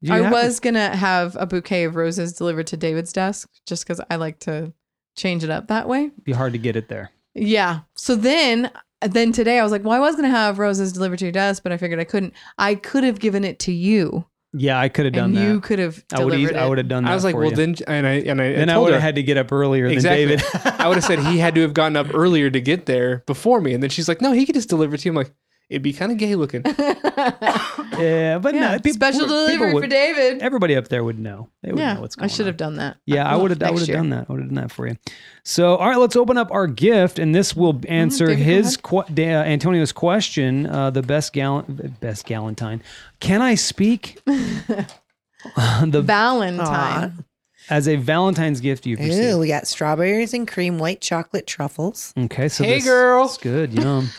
A: You
C: I
A: have-
C: was gonna have a bouquet of roses delivered to David's desk just because I like to change it up that way.
A: be hard to get it there.
C: Yeah. So then then today I was like, well, I was gonna have roses delivered to your desk, but I figured I couldn't. I could have given it to you.
A: Yeah, I could have done
C: and you
A: that.
C: could have
A: I would
C: delivered
A: have. I
C: it.
A: would have done that.
B: I was like,
A: for
B: well,
A: you.
B: then, and I and I
A: then I
B: told
A: would
B: her,
A: have had to get up earlier
B: Exactly.
A: than David.
B: I would have said he had to have gotten up earlier to get there before me, and then she's like, "No, he could just deliver it to you." I'm like, "It'd be kind of gay looking."
A: yeah, but
C: yeah.
A: no, people,
C: Special
A: people
C: delivery
A: would-
C: for David.
A: Everybody up there would know. They would know
C: Yeah,
A: what's
C: I
A: going
C: should
A: on.
C: have done that.
A: Yeah, I
C: Well,
A: would have. I
C: next
A: would have
C: year.
A: done that. I would have done that for you. So, all right, let's open up our gift, and this will answer
C: Oh, David, go
A: his que- da- uh, Antonio's question. Uh, the best gallant, best galantine. Can I speak? the
C: Valentine.
A: as a Valentine's gift you've
D: ooh,
A: received.
D: we got strawberries and cream white chocolate truffles.
A: Okay, so
B: Hey,
A: this-
B: girl.
A: it's good. Yum.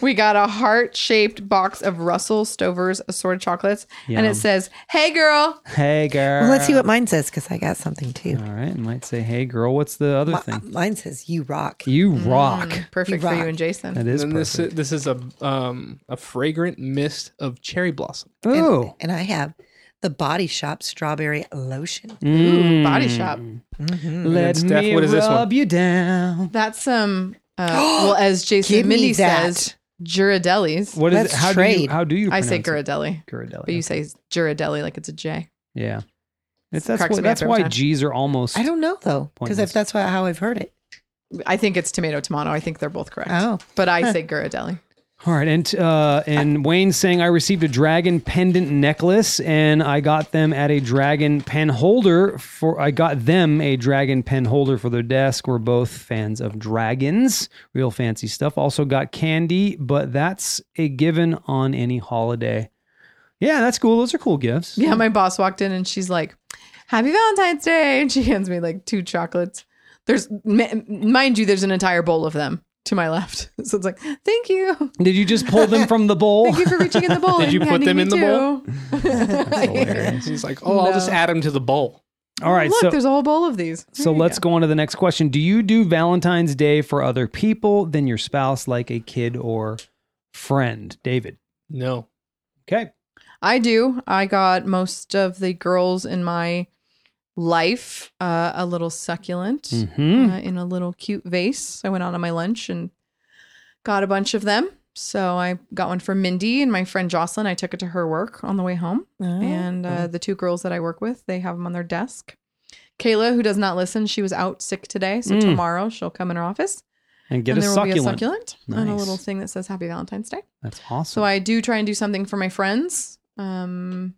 C: We got a heart shaped box of Russell Stover's assorted chocolates, and
A: Yum.
C: it says, "Hey, girl,
A: hey, girl.
D: Well, let's see what mine says because I got something too.
A: All right, and might say, "Hey, girl, what's the other
D: Mi-
C: um,
A: thing?
D: mine says you rock.
A: You rock."
C: perfect
D: You
C: for you
D: rock.
C: mm. and Jason."
A: That is
B: and this
A: perfect.
B: is, this is a um a fragrant mist of cherry blossom.
D: And-
A: oh,
D: and, I have the Body Shop strawberry lotion.
A: mm.
C: Ooh, Body Shop.
D: Mhm.
A: Let
B: Steph,
A: me
B: what is this one?
A: rub you down.
C: That's um Uh, well, as Jason
D: Give
C: Mindy
D: me that.
C: says, Girardelli's.
A: What is
D: Let's
A: it? How do you
D: trade.
A: how do you?
C: I say
A: pronounce
C: Girardelli,
A: it? Ghirardelli.
C: but you say Girardelli like it's a J.
A: yeah. It's,
C: It
A: that's
C: cracks
A: what,
C: me up
A: that's
C: every
A: why
C: time.
A: G's are almost.
D: I don't know though, because
A: Pointless.
D: if that's why, how I've heard it.
C: I think it's tomato tomato. I think they're both correct.
D: Oh,
C: But I
D: Huh.
C: say Girardelli.
A: All right, and uh, and Wayne's saying I received a dragon pendant necklace, and I got them at a dragon pen holder for. I got them a dragon pen holder for their desk. We're both fans of dragons, real fancy stuff. Also got candy, but that's a given on any holiday. Yeah, that's cool. Those are cool gifts.
C: Yeah, my boss walked in and she's like, "Happy Valentine's Day," and she hands me like two chocolates. There's, ma- mind you, there's an entire bowl of them to my left. So it's like, thank you,
A: Did you just pull them from the bowl?
C: thank you for reaching in the bowl.
B: Did
C: and
B: you put
C: handing
B: them
C: me
B: in the bowl?
C: two."
A: hilarious.
B: He's like, oh, I'll just
C: No.
B: add them to the bowl.
A: All right,
C: Look,
A: so
C: there's a whole bowl of these.
A: So let's go. on to the next question. Do you do Valentine's Day for other people than your spouse, like a kid or friend? David.
B: No.
A: Okay.
C: I do. I got most of the girls in my life uh, a little succulent
A: hmm
C: uh, in a little cute vase. I went out on my lunch and got a bunch of them. So I got one for Mindy and my friend Jocelyn. I took it to her work on the way home.
A: Oh.
C: And uh, the two girls that I work with, they have them on their desk. Kayla, who does not listen, she was out sick today. So
A: Mm.
C: tomorrow she'll come in her office
A: And get
C: and
A: a
C: there
A: succulent.
C: will be a succulent and a
A: Nice.
C: little thing that says Happy Valentine's Day.
A: That's awesome.
C: So I do try and do something for my friends. Um,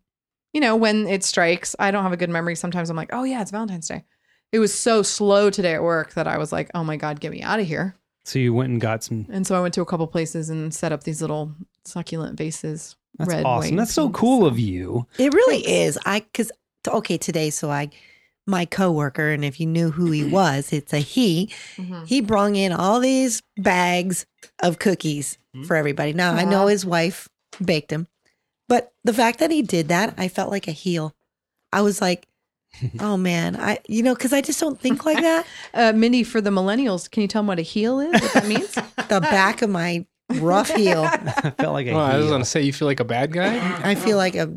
C: you know, when it strikes, I don't have a good memory. Sometimes I'm like, oh yeah, it's Valentine's Day. It was so slow today at work that I was like, oh my God, get me out of here.
A: so you went and got some.
C: And so I went to a couple places and set up these little succulent vases.
A: That's
C: Red,
A: awesome.
C: white,
A: That's so
C: pink,
A: cool
C: so-
A: of you.
D: It really is. I because okay today, so I my coworker, and if you knew who he was, it's a he.
C: Mm-hmm.
D: He brought in all these bags of cookies for everybody. Now I know
C: Aw.
D: his wife baked them, but the fact that he did that, I felt like a heel. I was like, oh man, I you know because I just don't think like that.
C: Uh, Mindy, for the millennials, can you tell them what a heel is? What that means?
D: The back of my rough heel,
A: I felt like a
B: Oh, I was
A: heel.
B: gonna say, you feel like a bad guy.
D: I feel like a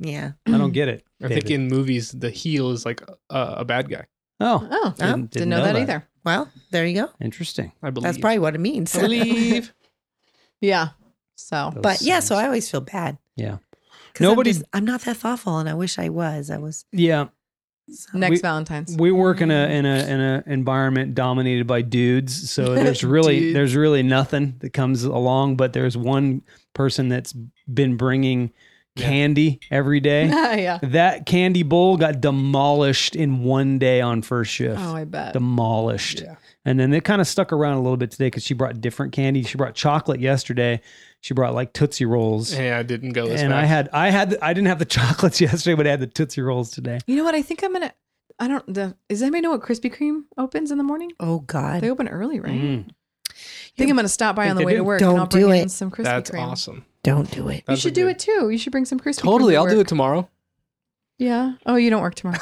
D: yeah.
A: I don't get it.
B: I
A: David.
B: think in movies, the heel is like uh, a bad guy.
A: oh,
C: Oh,
A: Didn't-
C: didn't,
A: didn't
C: know,
A: know
C: that,
A: that.
C: either.
D: Well, there you go.
A: interesting.
B: I believe.
D: That's probably what it means.
B: I believe.
C: Yeah. So
A: Those
D: But yeah, so
A: sounds-
D: I always feel bad.
A: Yeah.
D: 'Cause
A: Nobody-
D: I'm, just- I'm not that thoughtful, and I wish I was. I was.
A: yeah.
D: so-
C: next
A: We-
C: Valentine's.
A: We work in a in a in a environment dominated by dudes, so there's really
C: Dudes.
A: there's really nothing that comes along. But there's one person that's been bringing
B: Yeah.
A: candy every day.
C: yeah.
A: that candy bowl got demolished in one day on first shift.
C: Oh, I bet.
A: Uh, demolished.
B: Yeah.
A: And then it kind of stuck around a little bit today because she brought different candy. She brought chocolate yesterday. She brought like Tootsie Rolls. And,
B: Yeah, I didn't go. As
A: I
B: fast.
A: had I had I didn't have the chocolates yesterday, but I had the Tootsie Rolls today.
C: You know what? I think I'm gonna. I don't. The, does anybody know what Krispy Kreme opens in the morning?
D: Oh God.
C: They open early, right?
B: Mm-hmm.
A: Mm.
C: I think I'm gonna stop by
A: Think
C: on the
A: they
C: way
A: do?
C: to work.
D: Don't
C: and I'll bring
D: do
C: in
D: it.
C: Some Krispy
B: That's
C: Kreme.
B: awesome.
D: Don't do it.
C: You
B: That's a
C: should do
B: good-
C: it too. You should bring some Krispy.
B: Totally,
C: Kreme
B: I'll
C: to
B: do
C: work.
B: it tomorrow.
C: Yeah. Oh, you don't work tomorrow.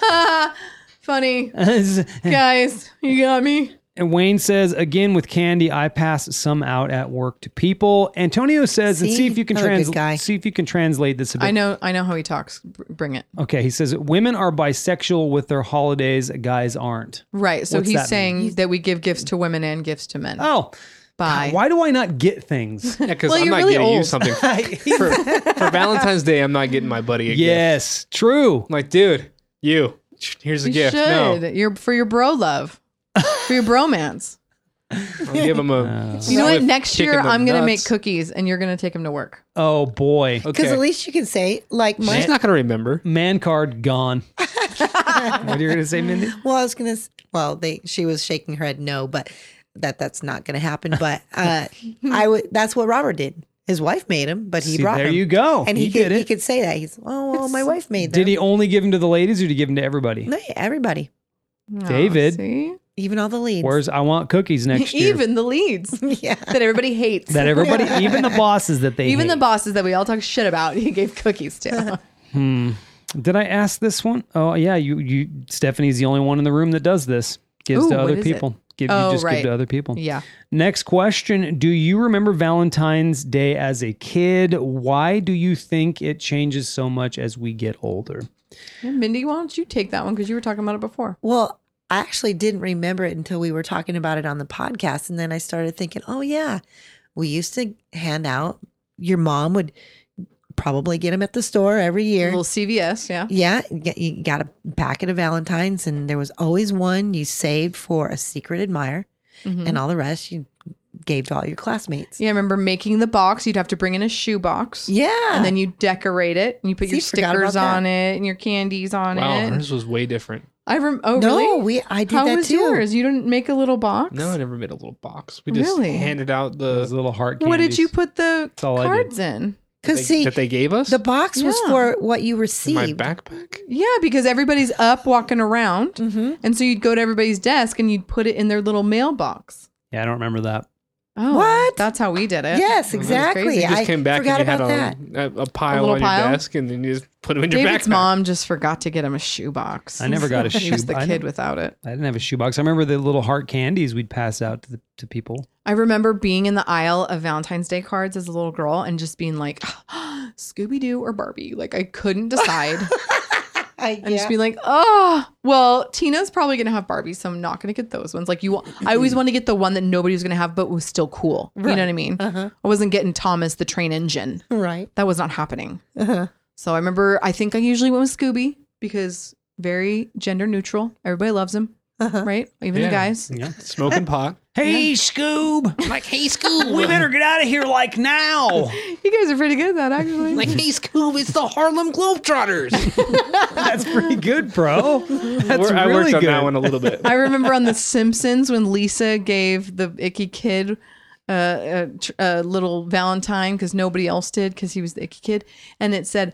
C: Funny guys, you got me.
A: Mm. And Wayne says, again, with candy, I pass some out at work to people. Antonio says, and see
D: See?
A: if you can
D: Another good guy.
A: translate. See if you can translate this a bit.
C: I know. I know how he talks. Br- Bring it.
A: Okay, he says women are bisexual with their holidays. Guys aren't.
C: Right. So
A: What's that
C: he's
A: mean?
C: saying that we give gifts to women and gifts to men.
A: Oh,
C: Bye.
A: why do I not get things?
B: Yeah, because
C: Well,
B: I'm
C: you're
B: not
C: really
B: getting you
C: old.
B: something for, for Valentine's Day. I'm not getting my buddy a gift.
A: yes, true.
B: I'm like, dude, you. Here's a
C: You
B: gift.
C: should.
B: No,
C: You're for your bro love, for your bromance.
B: I'll give him
A: Uh,
B: a.
C: You know
B: solid
C: what? Next
B: kick in
C: year,
B: the
C: I'm gonna make
B: nuts.
C: cookies, and you're gonna take them to work.
A: Oh boy,
D: Because
B: Okay.
D: at least you can say like my.
B: She's not gonna remember.
A: man card gone. what are you gonna say, Mindy?
D: Well, I was gonna. s- Well, they. She was shaking her head no, but that that's not gonna happen. But uh, I would. That's what Robert did. His wife made him, but he
A: See,
D: brought
A: there
D: him.
A: you go.
D: And he,
A: He
D: could
A: did
D: he
A: it.
D: could say that he's oh well my wife made them.
A: Did he only give them to the ladies, or did he give them to everybody?
D: No, everybody,
C: Aw,
A: David.
C: see?
D: even all the leads.
A: Where's I want cookies next year?
C: even the leads
D: yeah.
C: that everybody hates,
A: that everybody, even the bosses that they
C: even
A: hate.
C: the bosses that we all talk shit about, he gave cookies to.
A: Hmm. Did I ask this one? Oh yeah, you you Stephanie's the only one in the room that does this. Gives
C: Ooh,
A: to
C: what
A: other
C: is it?
A: people. Give
C: Oh,
A: you just give
C: right.
A: to other people.
C: yeah,
A: Next question, do you remember Valentine's Day as a kid? Why do you think it changes so much as we get older?
C: Yeah, Mindy, why don't you take that one because you were talking about it before?
D: Well, I actually didn't remember it until we were talking about it on the podcast. And then I started thinking, oh, yeah, we used to hand out, your mom would probably get them at the store every year.
C: Little CVS, yeah.
D: Yeah, you get- you got a packet of Valentines, and there was always one you saved for a secret admirer,
C: Mhm.
D: and all the rest you gave to all your classmates.
C: yeah, I remember making the box. You'd have to bring in a shoe box.
D: Yeah,
C: And then you decorate it and you put
D: See,
C: your
D: forgot about
C: stickers on it and your candies on
B: wow,
C: it.
B: hers was way different.
C: I rem- oh
D: no,
C: really?
D: we I did
C: How
D: that
C: was
D: too.
C: yours? You didn't make a little box?
B: No, I never made a little box. We just
C: Really?
B: handed out
A: Those
B: the
A: little heart
C: What did
A: candies.
C: you put the
A: That's all I did.
C: cards in?
D: Because
B: they-
D: see,
B: that they gave us
D: the box was
C: Yeah.
D: for what you
B: in my
D: received.
B: backpack.
C: Yeah, because everybody's up walking around.
D: Mm-hmm.
C: And so you'd go to everybody's desk and you'd put it in their little mailbox.
A: Yeah, I don't remember that.
C: Oh,
D: What?
C: That's how we did it.
D: Yes,
B: That was
D: exactly.
C: crazy.
B: You just
D: I
B: came back
D: forgot
B: and you had
D: about that.
B: a, a, a pile
C: little
B: on
C: pile?
B: your desk, and then you just put them in your
C: David's
B: backpack.
C: mom just forgot to get him a shoebox.
A: I never got a
C: He was
A: shoe-
C: the
A: I
C: kid
A: don't-
C: without it.
A: I didn't have a shoebox. I remember the little heart candies we'd pass out to, the, to people.
C: I remember being in the aisle of Valentine's Day cards as a little girl and just being like, Scooby Doo or Barbie. Like I couldn't decide.
D: I,
C: and just be like, oh, well, Tina's probably gonna have Barbie, so I'm not gonna get those ones. Like you, I always want to get the one that nobody was gonna have, but was still cool. You know what I mean?
D: uh-huh.
C: I wasn't getting Thomas the Train Engine.
D: Right.
C: That was not happening.
D: Uh-huh.
C: So I remember, I think I usually went with Scooby because very gender neutral. Everybody loves him,
D: Uh-huh.
C: right? Even
B: Yeah.
C: the guys.
A: Yeah.
B: smoking pot.
A: Hey, Scoob. Like, hey, Scoob. We better get out of here like now.
C: You guys are pretty good at that, actually.
B: hey, Scoob, it's the Harlem Globetrotters.
A: That's pretty good, bro. That's
B: I
A: really
B: worked
A: good.
B: on that one a little bit.
C: I remember on The Simpsons when Lisa gave the icky kid uh, a, tr- a little Valentine because nobody else did because he was the icky kid, and it said,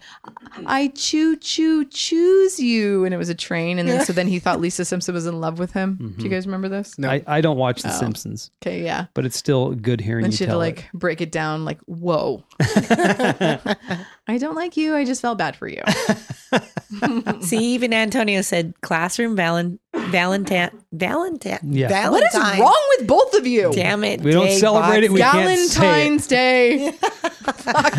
C: "I choo choo choose you," and it was a train, and then so then he thought Lisa Simpson was in love with him. Do you guys remember this?
B: No.
A: I, I don't watch
B: Oh.
A: The Simpsons,
C: Okay, yeah.
A: but it's still good hearing
C: Then
A: you
C: she had
A: tell
C: to
A: like,
C: like break it down, like, "Whoa, I don't like you. I just felt bad for you."
D: See, even Antonio said classroom valen- valentine valentine.
A: Yeah.
D: Valentine.
C: what is wrong with both of you?
D: Damn it!
A: We don't
D: Dave
A: celebrate it,
D: Boxer.
A: we can't
C: Valentine's Day.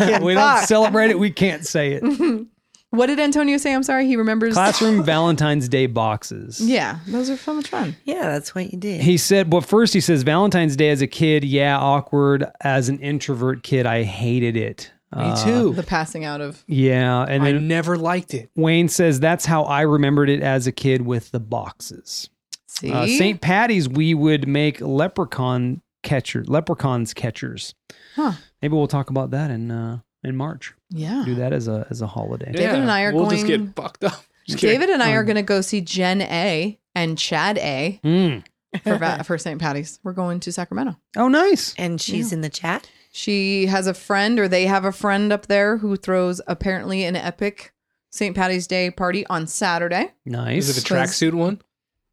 A: it. We don't celebrate it. We can't say it.
C: What did Antonio say? I'm sorry, he remembers.
A: Classroom Valentine's Day boxes.
C: Yeah, those are so much fun.
D: Yeah, that's what you did.
A: He said, well, first he says, Valentine's Day as a kid, yeah, awkward. As an introvert kid, I hated it.
B: Me
A: Uh,
B: too.
C: the passing out of
A: yeah. And
B: I
A: then
B: never liked it.
A: Wayne says, that's how I remembered it as a kid with the boxes.
C: see
A: Uh, St. Patty's, we would make leprechaun catcher, leprechauns catchers.
C: Huh.
A: Maybe we'll talk about that in uh, in March.
C: yeah
A: Do that as a as a holiday.
C: David and I are
B: we'll just
C: going-
B: get fucked up. Just kidding.
C: david and i are
A: Um,
C: going to go see jen a and chad a
A: Mm.
C: for, va- for st patty's we're going to sacramento
A: Oh, nice.
D: and she's in the chat.
C: she has a friend or they have a friend up there who throws apparently an epic st patty's day party on saturday
A: Nice.
B: Is it a tracksuit one?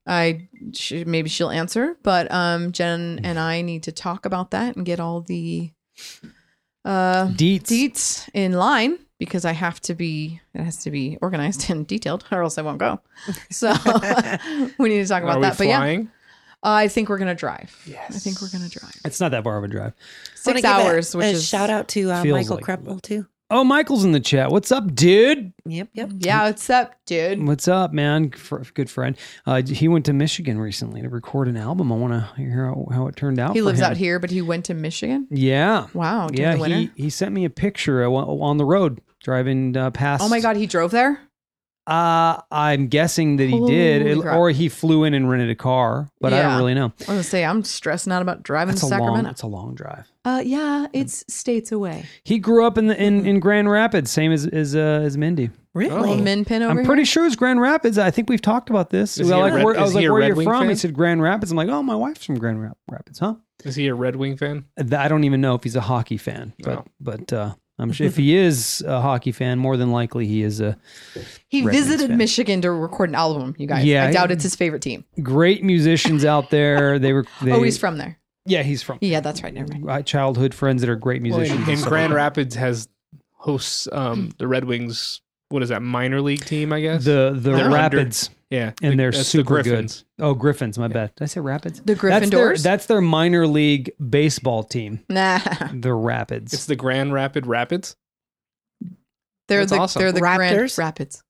C: i she, maybe she'll answer but um jen and i need to talk about that and get all the uh
A: Deets.
C: deets in line because I have to be it has to be organized and detailed or else I won't go. So we need to talk about
B: Are we
C: that. But yeah,
B: flying?
C: I think we're gonna drive.
B: Yes.
C: I think we're gonna drive.
A: It's not that far of a drive.
D: Wanna
C: Six
D: give a-
C: hours,
D: a,
C: which is
D: shout out to uh,
A: Feels
D: Michael
A: like-
D: Kreppel too.
A: Oh, Michael's in the chat. What's up, dude?
D: Yep, yep.
C: Yeah, what's up, dude?
A: What's up, man? Fr- Good friend. Uh, he went to Michigan recently to record an album. I want to hear how, how it turned out.
C: He
A: for
C: lives
A: him.
C: out here, but he went to Michigan.
A: Yeah.
C: Wow, during
A: yeah.
C: the winter.
A: He, he sent me a picture uh, while- on the road driving uh, past.
C: oh my god, he drove there?
A: Uh, I'm guessing that he
C: Holy
A: did, It-
C: crap.
A: or he flew in and rented a car, but I
C: Yeah.
A: don't really know.
C: I was gonna say I'm stressing out about driving
A: That's a
C: to
A: long.
C: Sacramento.
A: That's a long drive.
C: uh yeah, it's states away.
A: He grew up in the,
C: Hmm.
A: in, in Grand Rapids, same as as, uh, as Mindy.
B: Oh.
C: Little min pin over
A: I'm
C: here.
A: pretty sure it's Grand Rapids. I think we've talked about this.
B: Is he
A: Well,
B: a
A: like,
B: Red-
A: where, I
B: is
A: was
B: he
A: like,
B: a
A: "Where
B: Red
A: you're
B: Wing
A: from?" He
B: fan?
A: said Grand Rapids. I'm like, "Oh, my wife's from Grand Rap- Rapids, huh?"
B: Is he a Red Wing fan?
A: Th- I don't even know if he's a hockey fan, but
B: Oh.
A: but uh, I'm sure if he is a hockey fan, more than likely he is a
C: he
A: Red Wings
C: visited
A: fan.
C: Michigan to record an album, you guys.
A: Yeah,
C: I
A: he-
C: doubt it's his favorite team.
A: great musicians out there. They were. They,
C: oh, he's from there.
A: Yeah, he's from.
C: Yeah, that's right. Never mind.
A: uh, Childhood friends that are great musicians.
B: And,
A: and
B: and
A: stuff.
B: Grand Rapids has hosts um, the Red Wings. What is that minor league team? I guess.
A: the the
B: They're
A: Rapids
B: yeah,
A: and they're
B: that's
A: super good.
B: Griffins.
A: Oh, Griffins, my bad. Did I say Rapids?
C: The
A: That's their,
C: Gryffindors?
A: that's their minor league baseball team,
C: nah.
A: the Rapids.
B: It's the Grand Rapid Rapids.
C: They're
B: That's
C: the
B: awesome.
C: they're the Grand
D: Raptors?
C: Rapids.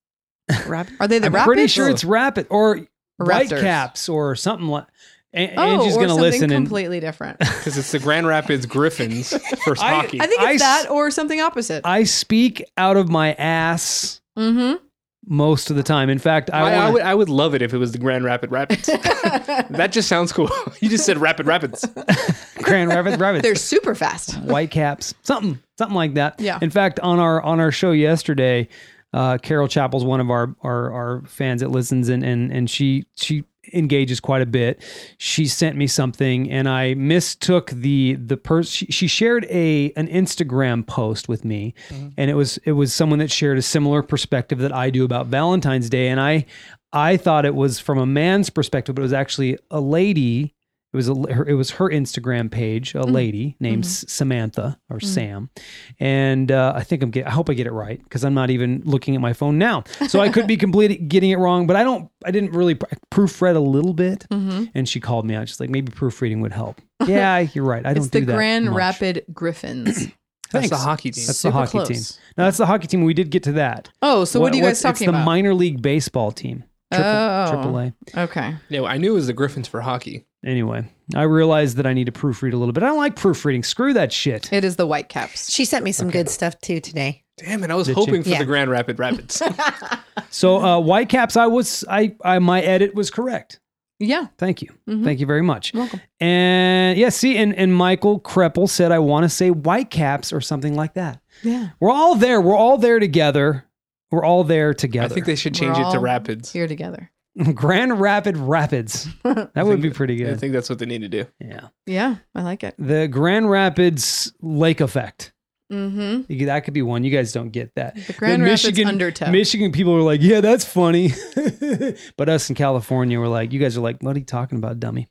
D: Rapids.
C: Are they the
A: I'm
C: Rapids?
A: pretty sure it's Rapid or White
C: Raptors.
A: Caps or something like. An-
C: Oh,
A: Angie's
C: or
A: gonna
C: something
A: listen and
C: completely different.
B: because it's the Grand Rapids Griffins for
A: I-
B: hockey.
C: I think
A: I s-
C: it's that or something opposite.
A: I speak out of my ass
C: mm-hmm.
A: most of the time. In fact, I,
B: I, I
A: wanna-
B: would I would love it if it was the Grand Rapid Rapids. that just sounds cool. You just said Rapid Rapids.
A: Grand Rapids Rabbits.
C: They're super fast.
A: white caps, something, something like that.
C: Yeah.
A: In fact, on our on our show yesterday, uh, Carol Chappell's one of our our, our fans that listens and and and she she engages quite a bit. She sent me something and I mistook the the person she, she shared a an Instagram post with me and it was it was someone that shared a similar perspective that I do about Valentine's Day and I I thought it was from a man's perspective but it was actually a lady it was a, her, it was her Instagram page, a
C: Mm-hmm.
A: lady named S- Samantha or
C: Mm.
A: Sam, and uh, I think I'm get, I hope I get it right because I'm not even looking at my phone now, so I could be completely getting it wrong. But I don't, I didn't really pr- proofread a little bit,
C: Mhm.
A: and she called me out. She's like, maybe proofreading would help. yeah, you're right. I don't
C: It's
A: do
C: the
A: that
C: Grand
A: much.
C: Rapid Griffins.
B: That's the
A: Thanks.
B: hockey team.
A: That's the
C: Super
A: hockey
C: close.
A: team. No, that's the hockey team. We did get to that.
C: Oh, so what, are you guys
A: what's-
C: talking
A: it's
C: about?
A: The minor league baseball team. Triple,
C: Oh.
A: triple A.
C: okay.
B: Yeah, well, I knew it was the Griffins for hockey.
A: Anyway, I realized that I need to proofread a little bit. I don't like proofreading. Screw that shit.
C: It is the White Caps.
D: She sent me some good stuff too today.
B: Damn it! I was
A: Did you?
B: hoping for
D: Yeah.
B: the Grand Rapid Rapids.
A: So uh, White Caps, I was I, I my edit was correct.
C: Yeah.
A: Thank you.
C: Mhm.
A: Thank you very much.
C: Welcome.
A: And yeah, see, and, and Michael Kreppel said I want to say White Caps or something like that.
C: Yeah.
A: We're all there. We're all there together. We're all there
B: I
A: together.
B: think they should
C: We're
B: change it to
C: all
B: Rapids.
C: Here together.
A: Grand Rapid Rapids. That would be pretty
B: I
A: good.
B: think that's what they need to do.
A: yeah.
C: Yeah. I like it.
A: The Grand Rapids Lake Effect.
C: Mm-hmm.
A: You could- That could be one. You guys don't get that.
C: The Grand Rapids undertow.
A: Michigan people were like, yeah, that's funny. but us in California were like, you guys are like, what are you talking about, dummy?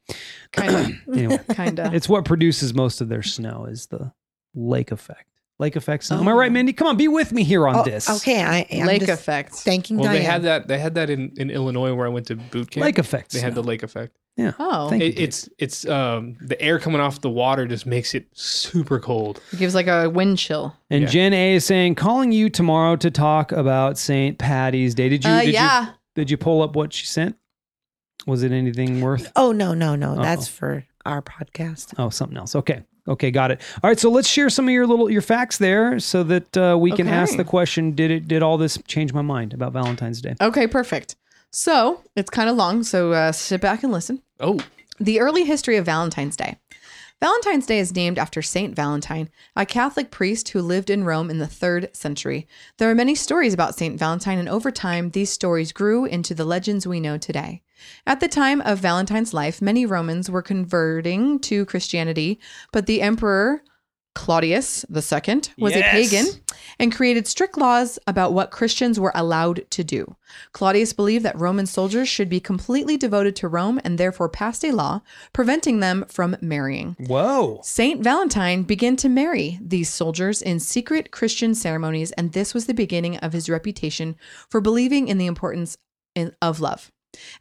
C: Kind
A: Anyway.
C: of. kind of.
A: It's what produces most of their snow is the lake effect. Lake effect snow. Am I
C: Oh.
A: right, Mindy? Come on, be with me here on
D: Oh,
A: this.
D: Okay, I am
C: Lake
D: just
C: effect.
D: thanking
B: Well,
D: Diane.
B: they had that. They had that in, in Illinois where I went to boot camp.
A: Lake effect.
B: they
A: snow.
B: had the lake effect.
C: oh.
A: Thank you,
B: It,
A: dude.
B: it's it's um the air coming off the water just makes it super cold.
C: It gives like a wind chill.
A: and
B: yeah.
A: Jen A is saying, calling you tomorrow to talk about St. Patty's Day. Did you?
C: uh,
A: did You,
C: yeah.
A: did you pull up what she sent? Was it anything worth?
D: Oh no, no, no. That's
A: Uh-oh.
D: for our podcast.
A: Oh, something else. Okay. Okay, got it. All right, so let's share some of your little your facts there, so that uh, we can ask
C: Okay.
A: the question: Did it did all this change my mind about Valentine's Day?
C: Okay, perfect. So it's kind of long, so uh, sit back and listen.
B: Oh,
C: The early history of Valentine's Day. Valentine's Day is named after Saint Valentine, a Catholic priest who lived in Rome in the 3rd century. There are many stories about Saint Valentine, and over time, these stories grew into the legends we know today. At the time of Valentine's life, many Romans were converting to Christianity, but the emperor Claudius II was a
A: Yes.
C: pagan and created strict laws about what Christians were allowed to do. Claudius believed that Roman soldiers should be completely devoted to Rome and therefore passed a law preventing them from marrying.
A: Whoa!
C: Saint Valentine began to marry these soldiers in secret Christian ceremonies, and this was the beginning of his reputation for believing in the importance in, of love.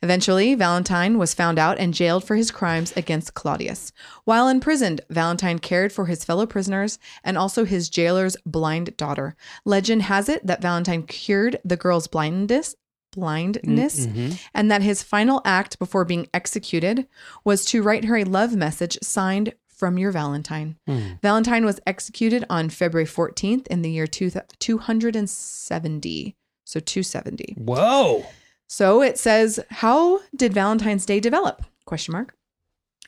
C: Eventually, Valentine was found out and jailed for his crimes against Claudius. While imprisoned, Valentine cared for his fellow prisoners and also his jailer's blind daughter. Legend has it that Valentine cured the girl's blindness, blindness
A: Mhm.
C: and that his final act before being executed was to write her a love message signed from your Valentine.
A: Hmm.
C: Valentine was executed on February 14th in the year two, 270. So 270.
A: Whoa!
C: So it says, how did Valentine's Day develop? Question mark.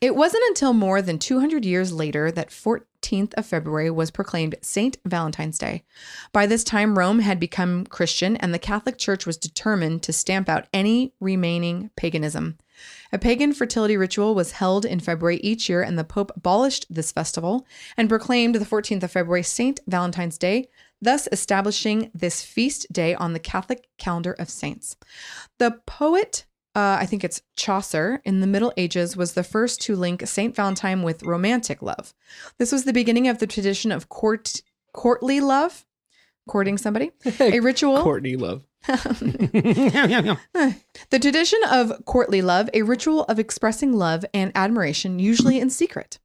C: It wasn't until more than 200 years later that 14th of February was proclaimed Saint Valentine's Day. By this time, Rome had become Christian, and the Catholic Church was determined to stamp out any remaining paganism. A pagan fertility ritual was held in February each year, and the Pope abolished this festival and proclaimed the 14th of February Saint Valentine's Day, thus establishing this feast day on the Catholic calendar of saints. The poet, uh, I think it's Chaucer, in the Middle Ages was the first to link St. Valentine with romantic love. This was the beginning of the tradition of court, courtly love, courting somebody, a ritual.
B: Courtney Love.
C: The tradition of courtly love, a ritual of expressing love and admiration, usually in secret.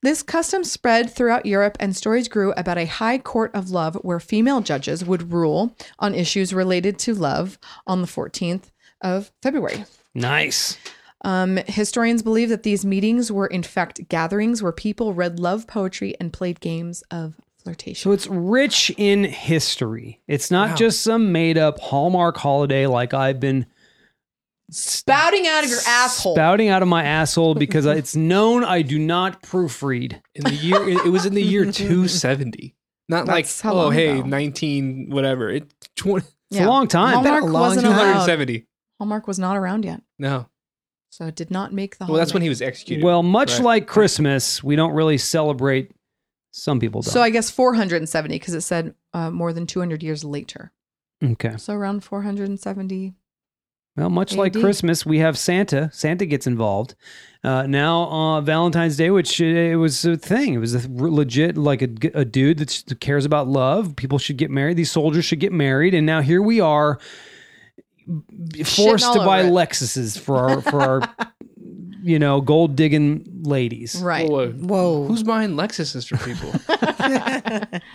C: This custom spread throughout Europe, and stories grew about a high court of love where female judges would rule on issues related to love on the 14th of February.
A: Nice.
C: Um, historians believe that these meetings were, in fact, gatherings where people read love poetry and played games of flirtation.
A: So it's rich in history. It's not
B: Wow.
A: just some made up Hallmark holiday like I've been
C: Spouting out of your asshole.
A: spouting out of my asshole because it's known I do not proofread.
B: in the year it, it was in the year 270 not
C: That's
B: like
C: how
B: oh
C: long
B: hey
C: ago.
B: 19 whatever it 20,
A: It's a long time.
C: Hallmark
D: Been a long
C: wasn't
D: time.
C: allowed.
B: 270
C: Hallmark was not around yet,
B: no
C: so it did not make the.
B: well that's when
C: holiday.
B: he was executed
A: Well, much
B: Right.
A: like Christmas, we don't really celebrate. Some people don't.
C: So I guess 470 because it said uh, more than 200 years later.
A: okay.
C: So around 470.
A: Well, much like
C: AD.
A: Christmas, we have Santa. Santa gets involved. Uh, now, uh, Valentine's Day, which uh, it was a thing. It was a r- legit, like a, g- a dude that s- cares about love. People should get married. These soldiers should get married. And now here we are, b- forced
C: all
A: to buy
C: over it.
A: Lexuses for our, for our, you know, gold digging ladies.
C: Right.
B: Whoa, whoa.
D: Whoa.
B: uh, who's buying lexuses for people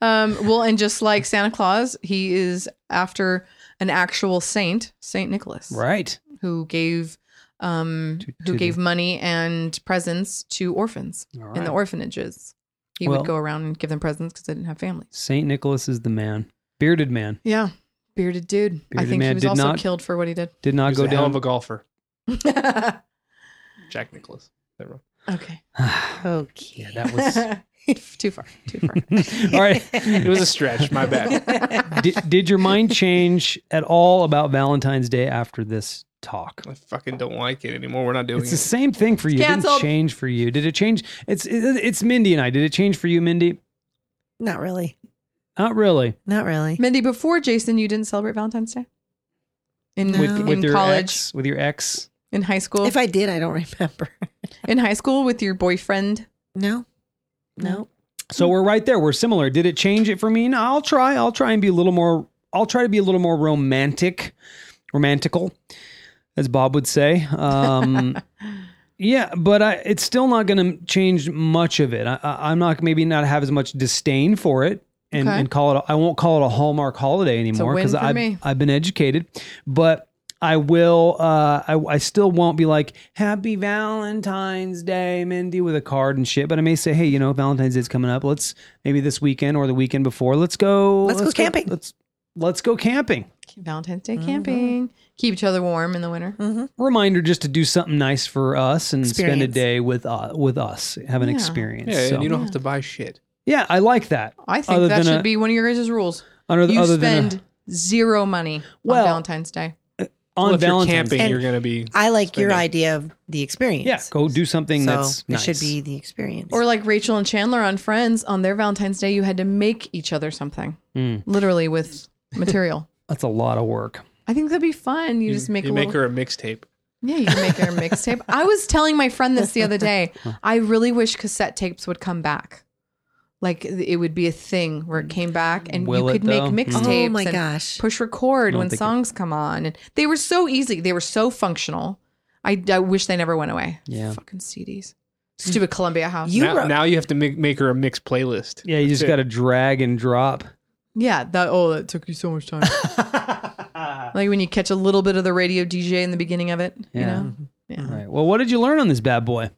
C: Um, well, and just like Santa Claus, he is after an actual saint, Saint Nicholas,
A: Right.
C: who gave um,
A: To- to
C: who
A: the-
C: gave money and presents to orphans
A: All
C: in
A: right.
C: the orphanages. He
A: Well-
C: would go around and give them presents because they didn't have families.
A: St. Nicholas is the man. Bearded man.
C: Yeah, bearded dude. I
A: Bearded
C: think
A: man
C: he was
A: did
C: also
A: not-
C: killed for what he did.
A: Did
B: He
A: not
B: was
A: go
B: a hell
A: down.
B: of a golfer
C: okay.
B: jack nicholas Never mind.
D: Okay.
A: yeah, that was.
C: too far. Too far.
A: All right.
B: it was a stretch my bad
A: did, did your mind change at all about Valentine's Day after this talk?
B: i fucking don't like it anymore we're not doing
A: It's the
B: it
A: same thing for you. It didn't
C: Canceled.
A: change for you. Did it change? It's it- it's Mindy and I. Did it change for you, Mindy?
D: Not really.
A: Not really.
D: Not really.
C: Mindy, before Jason, you didn't celebrate Valentine's Day in
D: No.
A: With
C: in
A: with your
C: college,
A: ex, with your ex.
C: in high school,
D: If I did, I don't remember.
C: in high school with your boyfriend.
D: No. No.
A: So we're right there. We're similar. Did it change it for me? No, I'll try. I'll try and be a little more. I'll try to be a little more romantic, romantical, as Bob would say. Um, yeah, but I, it's still not going to change much of it. I, I, I'm not maybe not have as much disdain for it. And,
C: Okay.
A: and call it. I won't call it a Hallmark holiday anymore
C: win
A: because
C: for
A: I've,
C: me.
A: I've been educated, but I will. Uh, I, I still won't be like Happy Valentine's Day, Mindy, with a card and shit. But I may say, hey, you know, Valentine's Day's coming up. Let's maybe this weekend or the weekend before. Let's go.
D: Let's go camping."
A: let's let's go camping.
C: Valentine's
A: Mm-hmm.
C: Day camping, keep each other warm in the winter.
A: Reminder just to do something nice for us and spend a
D: Experience.
A: day with uh, with us, have an
C: Yeah.
A: experience.
B: yeah
A: So-
B: and you don't have to buy shit
A: yeah, I like that.
C: I think
A: Other
C: that
A: than
C: should
A: a-
C: be one of your guys' rules.
A: Other,
C: You
A: other than uh, a-
C: spend zero money
A: Well,
C: on Valentine's Day.
A: on
B: well, if you're
A: Valentine's
B: camping
A: Day.
D: And-
B: you're gonna be
D: I like your
B: Spending.
D: idea of the experience.
A: Yeah, go do something
D: so
A: that's
D: it
A: nice.
D: should be the experience.
C: Or like Rachel and Chandler on Friends, on their Valentine's Day, you had to make each other something,
A: Mm.
C: literally with material.
A: That's a lot of work.
C: I think that'd be fun. You, just make
B: you
C: a
B: make
C: little,
B: her a mixtape
C: Yeah, you can make her a mixtape. I was telling my friend this the other day. I really wish cassette tapes would come back. Like it would be a thing where it came back and
A: Will
C: you
A: it,
C: could
A: though?
C: make
A: Mm.
C: mixtapes
D: oh my
C: and
D: gosh.
C: push record
A: don't
C: when
A: think it-
C: songs come on. And they were so easy. They were so functional. I, I wish they never went away.
A: Yeah.
C: Fucking CDs. Stupid Columbia House.
D: You
B: now,
D: wrote-
B: now you have to make, make her a mixed playlist
A: Yeah, you just
B: That's it.
A: got to drag and drop.
C: yeah, that oh that took you so much time. like when you catch a little bit of the radio DJ in the beginning of it. You
A: Yeah.
D: Um,
C: know? Yeah.
A: All right. Well, what did you learn on this bad boy?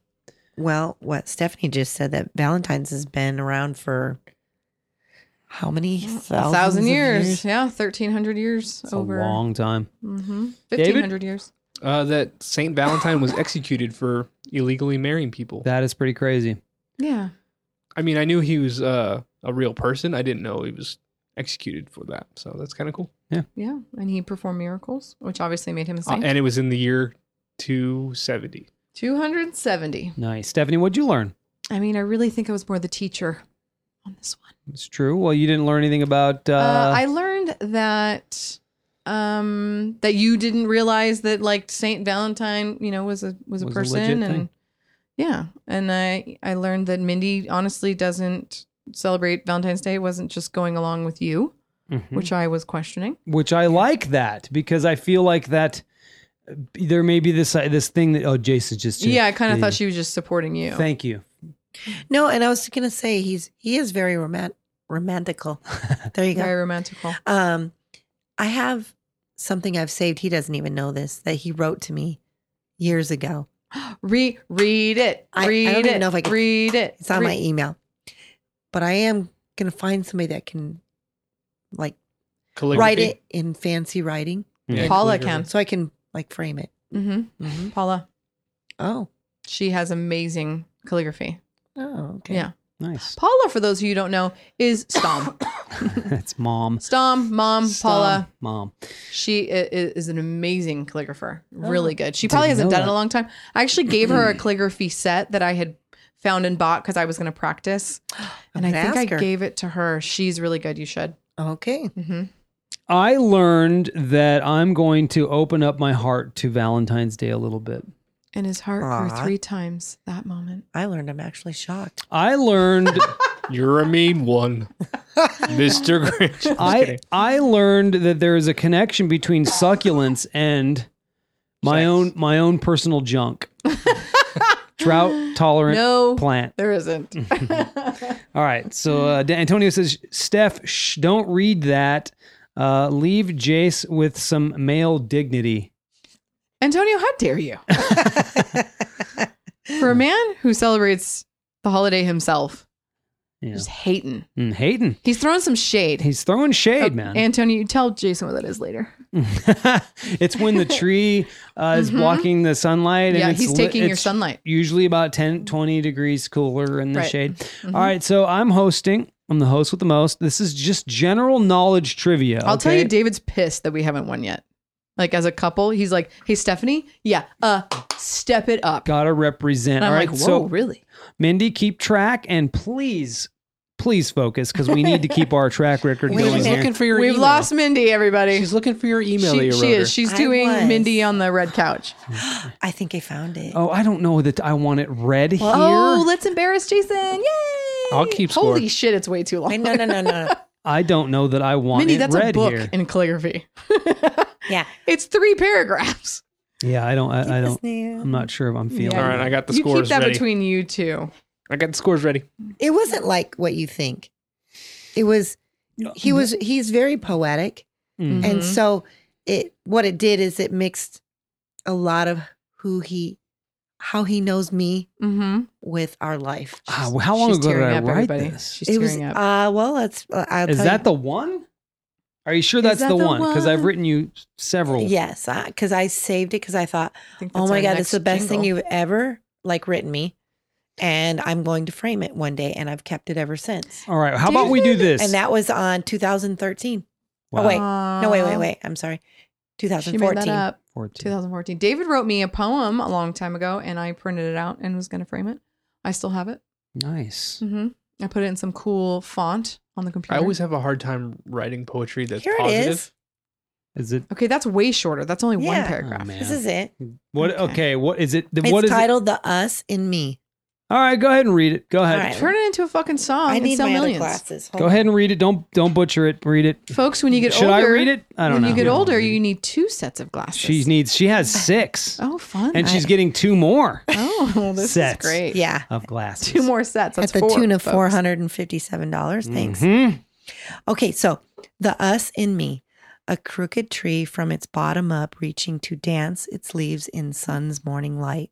D: Well, what Stephanie just said that Valentine's has been around for how many
C: A
D: thousands
C: thousand
D: of
C: years. Yeah, thirteen hundred years
A: It's
C: over
A: a long time.
C: Mm-hmm.
A: David?
C: Fifteen hundred years.
B: uh, that Saint Valentine was executed for illegally marrying people.
A: That is pretty crazy.
C: Yeah.
B: I mean, I knew he was uh, a real person. I didn't know he was executed for that. So that's kind of cool.
C: Yeah. And he performed miracles, which obviously made him a
B: Uh,
C: saint.
B: and it was in the year 270.
C: 270.
A: Nice. Stephanie, what'd you learn?
C: I mean, I really think I was more the teacher on this one.
A: It's true. Well, you didn't learn anything about. Uh,
C: Uh, I learned that um that you didn't realize that like Saint Valentine, you know, was a was
A: Was
C: a
A: a legit
C: person and
A: thing.
C: yeah, and I I learned that Mindy honestly doesn't celebrate Valentine's Day. It wasn't just going along with you,
A: Mhm.
C: which I was questioning.
A: which I like that because I feel like that uh, there may be this uh, this thing that oh Jason just did.
C: yeah, I kind of
A: Yeah.
C: thought she was just supporting you.
A: Thank you.
D: No, and I was gonna say he's he is very romantic romantical. There you go.
C: Very romantical.
D: Um, I have something I've saved. He doesn't even know this that he wrote to me years ago.
C: Re read it.
D: I- I
C: Read it.
D: don't even know if I can-
C: read it.
D: It's on
C: Re-
D: my e- email, but I am gonna find somebody that can like
B: Calligraphy.
D: write it in fancy writing,
B: Yeah,
C: Paula
B: calligraphy.
C: can.
D: so I can like frame it.
C: hmm Paula.
D: Oh,
C: She has amazing calligraphy.
D: oh, okay.
C: Yeah.
A: Nice.
C: Paula, for those of you who don't know, is Stom.
A: That's mom.
C: Stom, mom,
B: Stom.
C: Paula.
A: Mom.
C: She i- i- is an amazing calligrapher.
D: Oh.
C: Really good. She
A: Didn't
C: probably hasn't
A: know
C: done it
A: that.
C: in a long time. I actually gave her a calligraphy set that I had found and bought because I was going to practice. And I
D: gonna
C: think I
D: ask her.
C: gave it to her. She's really good. You should.
D: Okay.
C: hmm
A: I learned that I'm going to open up my heart to Valentine's Day a little bit.
C: And his heart grew
D: Aw.
C: three times that moment.
D: I learned. I'm actually shocked.
A: I learned
B: You're a mean one, Mister Grinch. Just
A: I
B: kidding.
A: I learned that there is a connection between succulents and my
B: Sex.
A: own my own personal junk. Drought tolerant
C: No,
A: plant.
C: there isn't.
A: All right. So uh, Dan- Antonio says, Steph, shh, don't read that. Uh, leave Jace with some male dignity.
C: Antonio, how dare you? For a man who celebrates the holiday himself,
A: Yeah.
C: just hating.
A: Mm, Hayden,
C: He's throwing some shade.
A: he's throwing shade,
C: Oh,
A: man.
C: Antonio, you tell Jason what that is later.
A: it's when the tree uh, is
C: Mhm.
A: blocking the sunlight. And
C: yeah,
A: it's
C: he's
A: lit-
C: taking your
A: it's
C: sunlight.
A: Usually about 10, 20 degrees cooler in the
C: Right.
A: shade.
C: Mhm.
A: All right. So I'm hosting. I'm the host with the most. This is just general knowledge trivia.
C: I'll tell you,
A: okay?
C: David's pissed that we haven't won yet. Like as a couple, he's like, "Hey, Stephanie, yeah, uh, step it up."
A: Gotta represent.
C: and I'm
A: All right.
C: like, "Whoa,
A: so
C: really?"
A: Mindy, keep track and please, please focus because we need to keep our track record
D: Wait a
A: going
B: She's
D: minute.
A: here.
B: looking for your.
C: We've
B: email.
C: lost Mindy, everybody.
B: She's looking for your email. that
C: she,
B: you
C: she
B: wrote her.
C: is. She's
D: I
C: doing
D: was.
C: Mindy on the red couch.
D: I think I found it.
A: Oh, I don't know that I want it read here.
C: Oh, let's embarrass Jason! Yay!
B: I'll keep
C: Holy
B: score.
C: shit, it's way too long.
D: Wait, no, no, no, no. no.
A: I don't know that I want
C: Mindy,
A: it
C: that's a
A: read
C: book
A: here.
C: in calligraphy.
D: Yeah.
C: it's three paragraphs.
A: Yeah, I don't. I, I don't. I'm
D: don't.
A: not sure if I'm feeling.
C: Yeah.
B: All
A: it.
B: right, I got the
C: you
B: scores
C: keep that
B: ready.
C: between you two.
B: I got the scores ready.
D: It wasn't like what you think. It was. He
A: Uh-huh.
D: was. He's very poetic.
A: Mm.
C: Mhm.
D: and so it what it did is it mixed a lot of who he how he knows me
C: Mm-hmm.
D: with our life
A: Ah, well, how long
C: She's
A: ago did
C: tearing
A: I
C: up,
A: write
C: everybody.
A: this?
C: She's
D: it was
C: tearing up.
D: uh well that's uh, I'll
A: Is
D: tell
A: that the one? Are you sure
C: Is
A: that's
C: that
A: the
C: the
A: one? Because I've
C: one?
A: written you several.
D: you, yes because I saved it because I thought
C: I think
D: oh
C: that's
D: my
C: our
D: god
C: next
D: it's the best thing
C: jingle.
D: you've ever like written me and I'm going to frame it one day and I've kept it ever since
A: All right. How
C: Do you
A: about we do
C: think-
A: this?
D: and that was on 2013
A: Wow.
D: oh wait no wait wait
C: Aw.
D: wait I'm sorry
C: She made
D: 2014
C: that up.
A: 14.
C: 2014. David wrote me a poem a long time ago, and I printed it out and was going to frame it. I still have it.
A: Nice.
C: hmm I put it in some cool font on the computer.
B: I always have a hard time writing poetry that's
D: Here it
B: positive.
D: is.
A: Is it?
C: okay, that's way shorter. That's only one
D: Yeah.
C: paragraph.
A: Oh, man.
D: this is it
A: What?
C: Okay.
A: Okay. what is it?
D: it's
A: what is it?
D: titled the us in me
A: All right. Go ahead and read it. Go ahead.
D: right.
C: Turn it into a fucking song.
D: I
C: Oh, and
D: need
C: sell
D: my
C: millions.
D: other glasses. Hold
A: Go
D: on.
A: ahead and read it. Don't don't butcher it. Read it.
C: Folks, when you get
A: Should
C: older,
A: I read it? I don't
C: when
A: know.
C: you get older, you need two sets of glasses.
A: She needs. She has six,
C: Oh, fun.
A: and she's
C: I-
A: getting two more
C: Oh, well, this
A: Sets.
C: is great.
D: Yeah.
A: of glasses.
C: Two more sets. That's
D: At the
C: four,
D: tune of
C: folks.
D: four hundred and fifty-seven dollars. Thanks.
A: Mhm.
D: Okay, so the us in me, a crooked tree from its bottom up, reaching to dance its leaves in sun's morning light.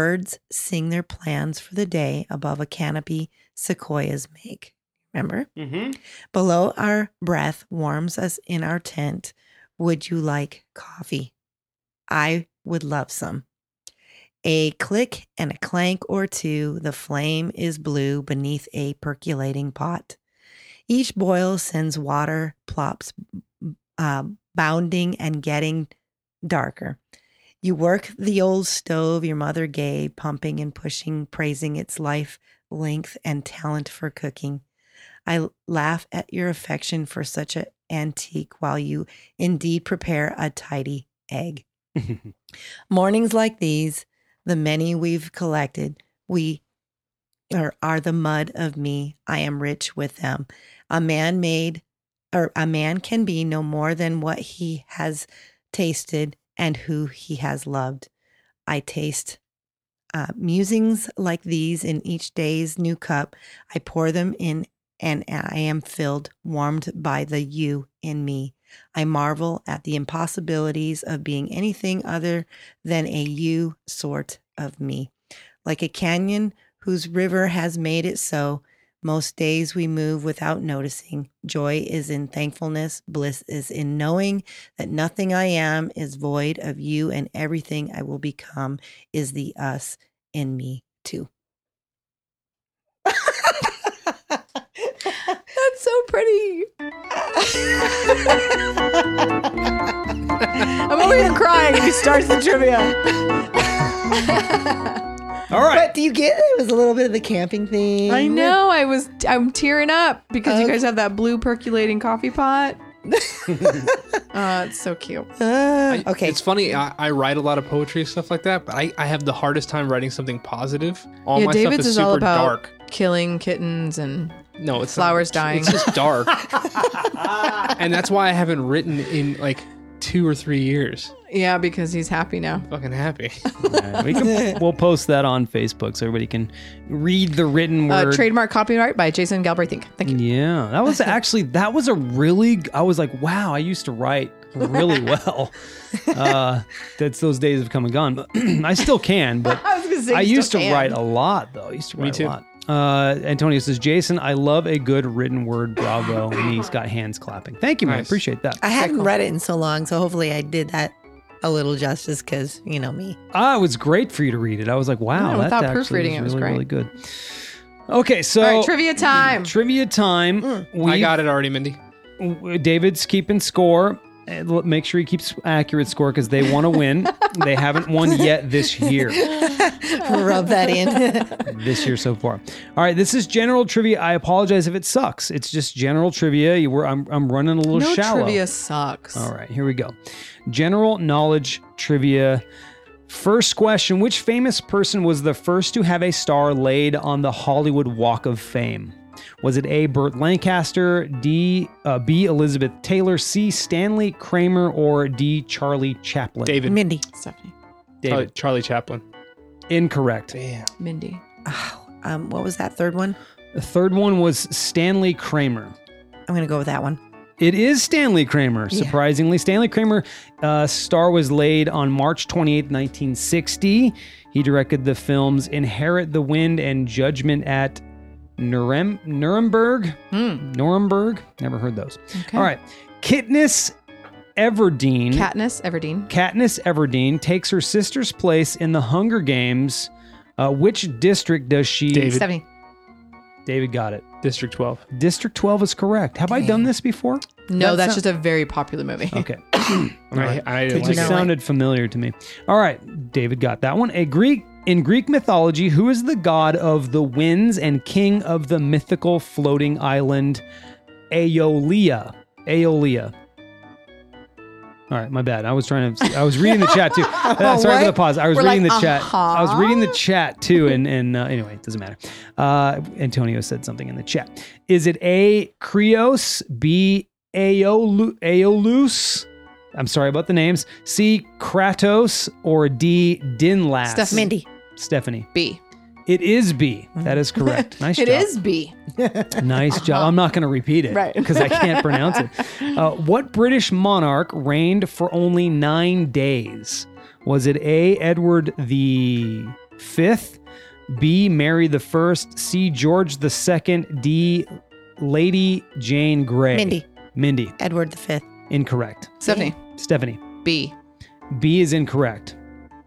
D: Birds sing their plans for the day above a canopy sequoias make. Remember,
A: Mhm.
D: below our breath warms us in our tent. Would you like coffee? I would love some. A click and a clank or two, the flame is blue beneath a percolating pot. Each boil sends water plops uh, bounding and getting darker. You work the old stove your mother gave, pumping and pushing, praising its life, length, and talent for cooking. I laugh at your affection for such an antique while you indeed prepare a tidy egg. Mornings like these, the many we've collected, we are, are the mud of me. I am rich with them. A man made or a man can be no more than what he has tasted and who he has loved. I taste uh, musings like these in each day's new cup. I pour them in and I am filled, warmed by the you in me. I marvel at the impossibilities of being anything other than a you sort of me. Like a canyon whose river has made it so, most days we move without noticing. Joy is in thankfulness, bliss is in knowing that nothing I am is void of you, and everything I will become is the us in me too.
C: That's so pretty. I'm over here crying. if He starts the trivia.
A: All right.
D: But do you get it was a little bit of the camping thing?
C: I know. I was. I'm tearing up because you guys have that blue percolating coffee pot. uh, it's so cute.
D: Uh,
B: I-
D: okay.
B: It's funny. I, I write a lot of poetry and stuff like that, but I, I have the hardest time writing something positive. All
C: yeah,
B: my
C: David's
B: stuff is,
C: is
B: super
C: all about
B: dark.
C: killing kittens and
B: No, it's
C: flowers
B: not,
C: dying.
B: It's just dark, and that's why I haven't written in like two or three years.
C: yeah, because he's happy now.
B: Fucking happy.
A: we can, we'll post that on Facebook so everybody can read the written
C: Uh,
A: word.
C: trademark copyright by Jason Galbraith. Inc. Thank you.
A: yeah. That was actually, that was a really, I was like, wow, I used to write really well. Uh, that's those days have come and gone. But I still can, but
C: I was gonna say
A: I
C: you
A: used to
C: still can.
A: write a lot, though. I used to write
B: too.
A: a lot. Uh, Antonio says, Jason, I love a good written word. Bravo. And he's got hands clapping. Thank you, man. I
B: Nice.
A: appreciate that.
D: I hadn't read it in so long, so hopefully I did that a little justice because you know me.
A: Ah, it was great for you to read it. I was like, wow,
C: Yeah,
A: that
C: without
A: actually
C: proofreading,
A: is
C: it was
A: really,
C: great.
A: really good. Okay, so
C: All right, trivia time.
A: trivia time.
C: Hmm.
A: We
B: I got it already, Mindy.
A: David's keeping score. Uh, l- Make sure he keeps accurate score because they want to win. they haven't won yet this year.
D: Rub that in.
A: this year so far. All right, this is general trivia. I apologize if it sucks. It's just general trivia. You were I'm I'm running a little
C: no
A: shallow.
C: trivia sucks.
A: All right, here we go. General knowledge trivia. First question, which famous person was the first to have a star laid on the Hollywood Walk of Fame? Was it A. Burt Lancaster, D. Uh, B. Elizabeth Taylor, C. Stanley Kramer, or D. Charlie Chaplin?
B: David,
D: Mindy.
C: Stephanie,
B: Charlie,
A: David.
B: Charlie Chaplin.
A: Incorrect.
B: Damn.
C: Mindy,
D: Oh, um, what was that third one?
A: The third one was Stanley Kramer.
D: I'm gonna go with that one.
A: It is Stanley Kramer.
D: Yeah.
A: Surprisingly, Stanley Kramer uh, star was laid on March 28, 1960. He directed the films Inherit the Wind and Judgment at Nurem- Nuremberg.
C: Hmm.
A: Nuremberg. Never heard those.
C: Okay.
A: All right. Kitness Everdeen.
C: Katniss Everdeen,
A: Katniss Everdeen takes her sister's place in the Hunger Games. Uh, which district does she?
B: David.
C: Stephanie.
A: David got it.
B: District 12.
A: District 12 is correct. Have I done this before?
C: No,
A: That's
C: that's just a very popular movie.
A: Okay. All right.
B: I, I
A: It
B: didn't like
A: just
D: know
B: it.
D: it.
A: sounded familiar to me. All right, David got that one. A Greek in Greek mythology, who is the god of the winds and king of the mythical floating island Aeolia? Aeolia. All right, my bad. I was trying to. I was reading the chat too. Uh, sorry for the
D: What?
A: pause. I was
C: We're
A: reading
C: like,
A: the chat. I was
C: uh-huh.
A: reading the chat too, and and uh, anyway, it doesn't matter. Uh, Antonio said something in the chat. Is it A. Creos, B. Aeolu- Aeolus? I'm sorry about the names. C. Kratos or D. Dinlas.
C: Steph-
D: Mindy.
A: Stephanie.
C: B.
A: It is B. That is correct. Nice
C: It
A: job.
C: is B.
A: Nice job. I'm not going to repeat it
C: Right.
A: because I can't pronounce it. Uh, what British monarch reigned for only nine days? Was it A. Edward the Fifth, B. Mary the First, C. George the Second, D. Lady Jane Grey?
D: Mindy.
A: Mindy.
D: Edward the Fifth.
A: Incorrect.
C: Stephanie,
A: Stephanie.
C: B.
A: B is incorrect.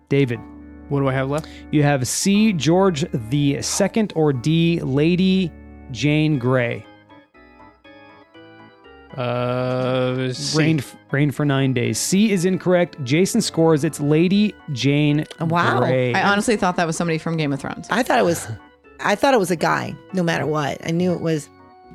A: David.
B: What do I have left?
A: You have C. George the Second or D. Lady Jane Grey.
B: Uh, C.
A: Reigned, reigned for nine days. C is incorrect. Jason scores. It's Lady Jane
D: Wow.
A: Grey.
C: I honestly thought that was somebody from Game of Thrones.
D: I thought it was. I thought it was a guy. No matter what, I knew it was,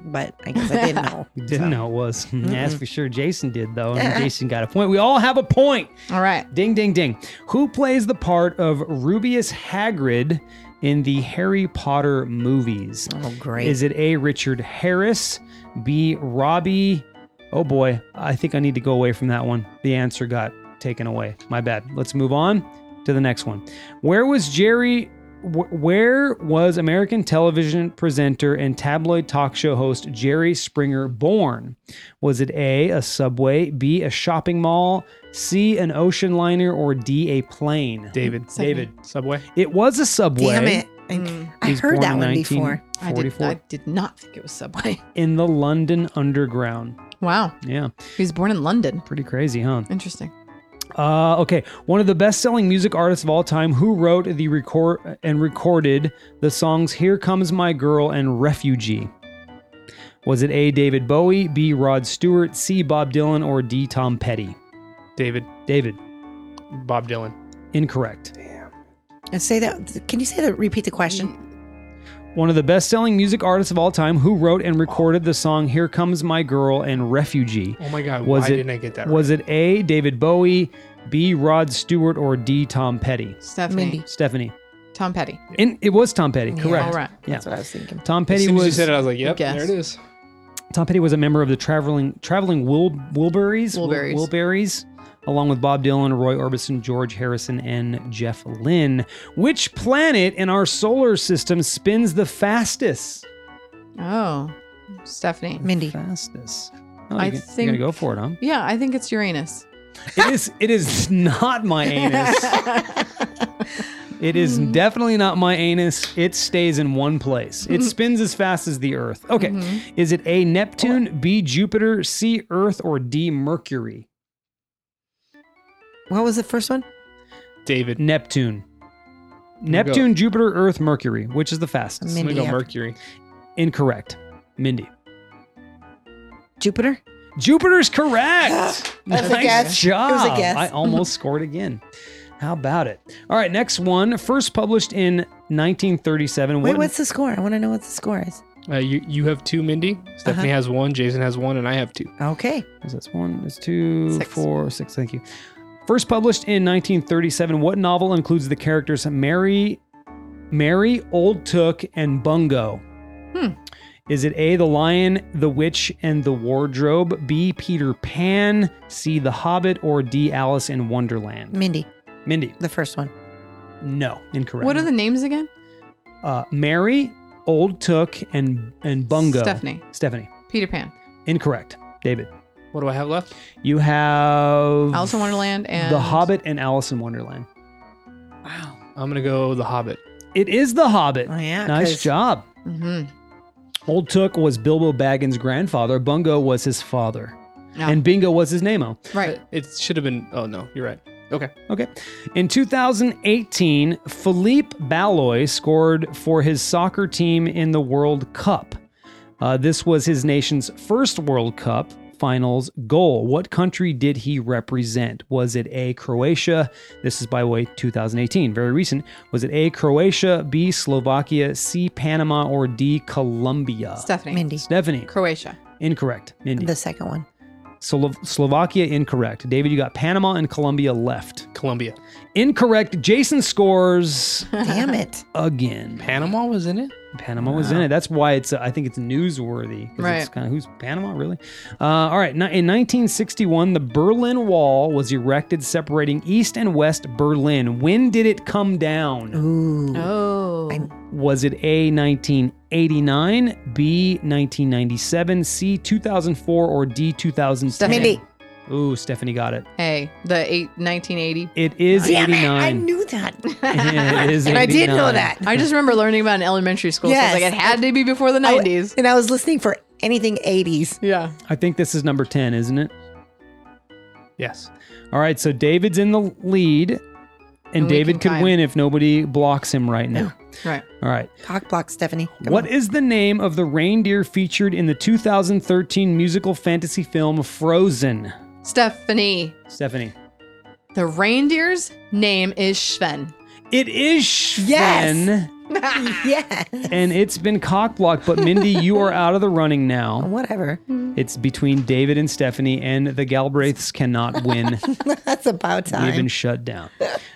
D: but I guess I didn't know.
A: You Didn't
D: So.
A: know it was. That's for sure. Jason did, though. And
D: Yeah.
A: Jason got a point. We all have a point.
C: All right.
A: Ding, ding, ding. Who plays the part of Rubius Hagrid in the Harry Potter movies?
D: Oh, great.
A: Is it A, Richard Harris? B, Robbie? Oh boy, I think I need to go away from that one. The answer got taken away. My bad. Let's move on to the next one. Where was Jerry? wh- where was American television presenter and tabloid talk show host Jerry Springer born? Was it A, a subway, B, a shopping mall, C, an ocean liner, or D, a plane?
B: David.
C: Second.
A: David.
B: Subway.
A: It was a subway.
D: Damn it. I,
C: Mm.
D: I
A: He's born
D: heard that
A: in
D: one before.
C: I did,
A: 1944
C: I did not think it was Subway.
A: in the London Underground.
C: Wow.
A: Yeah,
C: He was born in London.
A: pretty crazy, huh?
C: Interesting.
A: Uh, okay, one of the best-selling music artists of all time, who wrote the record and recorded the songs "Here Comes My Girl" and "Refugee." Was it A. David Bowie, B. Rod Stewart, C. Bob Dylan, or D. Tom Petty?
B: David.
A: David,
B: Bob Dylan.
A: incorrect.
D: And say that. Can you say that? Repeat the question.
A: One of the best-selling music artists of all time, who wrote and recorded the song "Here Comes My Girl" and "Refugee."
B: Oh my God.
A: Was
B: why
A: it-
B: didn't I get that?
A: Was it A. David Bowie, B. Rod Stewart, or D. Tom Petty?
C: Stephanie.
D: Mindy.
A: Stephanie,
C: Tom Petty.
A: and it was Tom Petty, correct?
C: All right.
A: Yeah.
D: That's what I was thinking.
A: Tom
B: right? As
A: Petty
B: soon as you
A: was
B: said uh, it, I was like, yep,
C: guess.
B: there it is.
A: Tom Petty was a member of the traveling traveling Wil, Wilburys, Wil-
C: Wilburys.
A: Wilburys, along with Bob Dylan, Roy Orbison, George Harrison, and Jeff Lynne. Which planet in our solar system spins the fastest?
C: Oh, Stephanie.
A: Mm.
D: Mindy.
A: Fastest. Oh,
C: I
A: you're, gonna-
C: think-
A: you're gonna go for it, huh?
C: Yeah, I think it's Uranus.
A: It is. It is not my anus. It is
C: Mm-hmm.
A: definitely not my anus. It stays in one place.
C: Mm-hmm.
A: It spins as fast as the Earth. Okay. Is it A, Neptune, B, Jupiter, C, Earth, or D, Mercury?
D: What was the first one?
B: David.
A: Neptune.
B: gonna go-
A: Neptune, Jupiter, Earth, Mercury. Which is the fastest?
B: I'm
D: Mindy.
B: gonna go
D: yeah.
B: Mercury.
A: Incorrect. Mindy.
D: Jupiter.
A: Jupiter's correct.
D: That's a
A: nice
D: guess. It
A: job.
D: was a guess.
A: I almost scored again. How about it? All right, next one. First published in 1937.
D: Wait,
A: What-
D: what's the score? I want to know what the score is.
B: Uh, you you have two, Mindy.
C: Uh-huh.
B: Stephanie has one. Jason has one, and I have two.
D: Okay.
A: Is that's one? That's two,
C: Six.
A: four, six. Thank you. First published in 1937, what novel includes the characters Mary, Mary, Old Took, and Bungo?
C: Hmm.
A: Is it A, The Lion, The Witch, and the Wardrobe? B, Peter Pan, C, The Hobbit, or D, Alice in Wonderland?
D: Mindy.
A: Mindy,
D: The first one.
A: no, incorrect.
C: What are the names again?
A: uh, Mary, Old Took, and and Bungo?
C: Stephanie.
A: Stephanie,
C: Peter Pan.
A: incorrect. David,
B: What do I have left?
A: you have
C: Alice in Wonderland and
A: The Hobbit and Alice in Wonderland.
D: Wow.
B: I'm gonna go The Hobbit.
A: It is The Hobbit.
D: Oh, yeah.
A: nice
D: 'cause
A: job.
C: hmm
A: Old Took was Bilbo Baggins' grandfather. Bungo was his father.
C: Yeah.
A: And Bingo was his name.
C: Right.
D: Uh,
B: It should have been. Oh no, you're right. Okay.
A: Okay. In 2018, Philippe Balloy scored for his soccer team in the World Cup. Uh, this was his nation's first World Cup finals goal. What country did he represent? Was it A, Croatia? This is by the way 2018, very recent. Was it A, Croatia, B, Slovakia, C, Panama, or D, Colombia?
C: Stephanie.
D: Mindy.
A: Stephanie,
C: Croatia.
A: incorrect. Mindy.
D: The second one.
A: Slo- Slovakia, incorrect. David, you got Panama and Colombia left.
B: Colombia.
A: Incorrect. Jason scores
D: Damn it.
A: again.
B: Panama was in it.
A: Panama was in it. That's why it's. Uh, I think it's newsworthy. 'cause It's
C: Right.
A: kind of who's Panama really? Uh, all right. Ni- In 1961, the Berlin Wall was erected, separating East and West Berlin. When did it come down?
D: Ooh.
C: Oh.
A: Was it A 1989, B 1997, C 2004, or D 2010?
D: Mindy.
A: Ooh, Stephanie got it.
C: Hey, the eight, 1980.
A: It is
D: Damn it. I
A: 89.
D: knew that.
A: it is 89.
D: And I did know that.
C: I just remember learning about it in elementary school. So I was
D: Yes.
C: like, it had to be before the 90s.
D: And I was listening for anything 80s.
C: yeah.
A: I think this is number 10, isn't it?
B: Yes.
A: All right, so David's in the lead, and,
C: And we
A: David
C: can
A: could
C: tie him.
A: win if nobody blocks him right now.
C: Right.
A: All right.
D: Cock block, Stephanie. Come
A: What
D: on.
A: is the name of the reindeer featured in the 2013 musical fantasy film Frozen?
C: Stephanie.
A: Stephanie.
C: The reindeer's name is Sven.
A: It is Sven.
D: Yeah.
A: and it's been cockblocked, but Mindy, you are out of the running now.
D: Whatever.
A: It's between David and Stephanie, and the Galbraiths cannot win.
D: That's about
A: They've been
D: time.
A: shut down.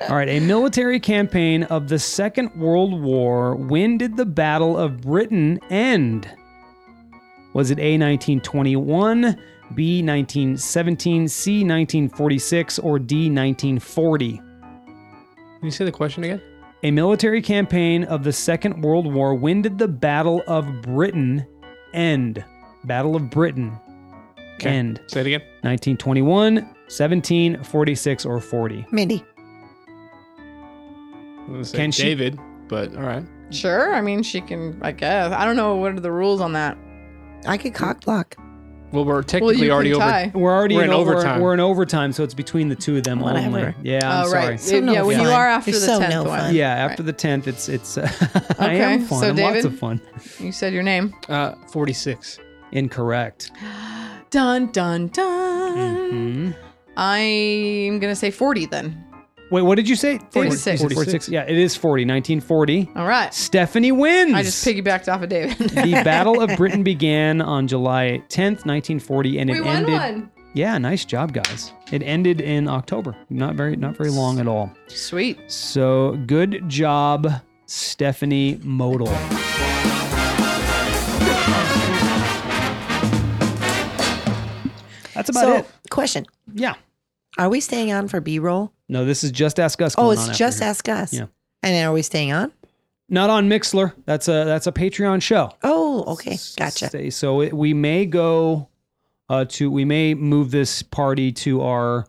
A: All right, a military campaign of the Second World War. When did the Battle of Britain end? Was it A 1921, B 1917, C 1946, or D 1940?
B: Can you say the question again?
A: a military campaign of the Second World War, when did the Battle of Britain end? Battle of Britain
B: Okay.
A: end.
B: Say it again.
A: 1921, 1746, or 40.
D: Mindy.
B: I'm gonna say
A: Can she-
B: David? But all right.
C: Sure. I mean, she can, I guess. I don't know what are the rules on that.
D: I could cock block.
B: Well, we're
C: Well,
B: technically
C: you
B: already
C: can
B: over.
C: tie.
A: We're already
B: We're
A: in,
B: in
A: over,
B: overtime.
A: We're in overtime, so it's between the two of them only.
D: Whatever.
A: Yeah, I'm
C: oh,
A: sorry.
C: right.
D: So
C: If-
D: no
C: yeah, when you
D: fun.
C: are after
D: You're
C: the
D: so
C: 10th
D: no
C: one.
D: fun.
A: Yeah, after the tenth, it's it's. Uh, I
C: Okay,
A: am fun.
C: so
A: I'm lots
C: David?
A: of fun.
C: You said your name.
B: Uh, 46.
A: Incorrect.
C: Dun, dun, dun.
A: Mhm.
C: I'm going to say 40 then.
A: Wait, what did you say? David?
C: 46.
A: You said 46. Yeah, it is 40. 1940.
C: All right.
A: Stephanie wins.
C: I just piggybacked off of David.
A: the Battle of Britain began on July 10th, 1940, and it
C: we won
A: ended.
C: one.
A: Yeah, nice job, guys. It ended in October. Not very, not very long at all.
C: Sweet.
A: So good job, Stephanie Modal. That's about
D: so,
A: it.
D: question:
A: Yeah.
D: Are we staying on for B roll?
A: No, this is just ask us.
D: Oh,
A: going
D: it's
A: on after
D: just
A: here.
D: ask us.
A: Yeah.
D: And are we staying on?
A: not on Mixler. That's a that's a Patreon show.
D: Oh, okay, gotcha.
A: Stay- So it, we may go uh, to we may move this party to our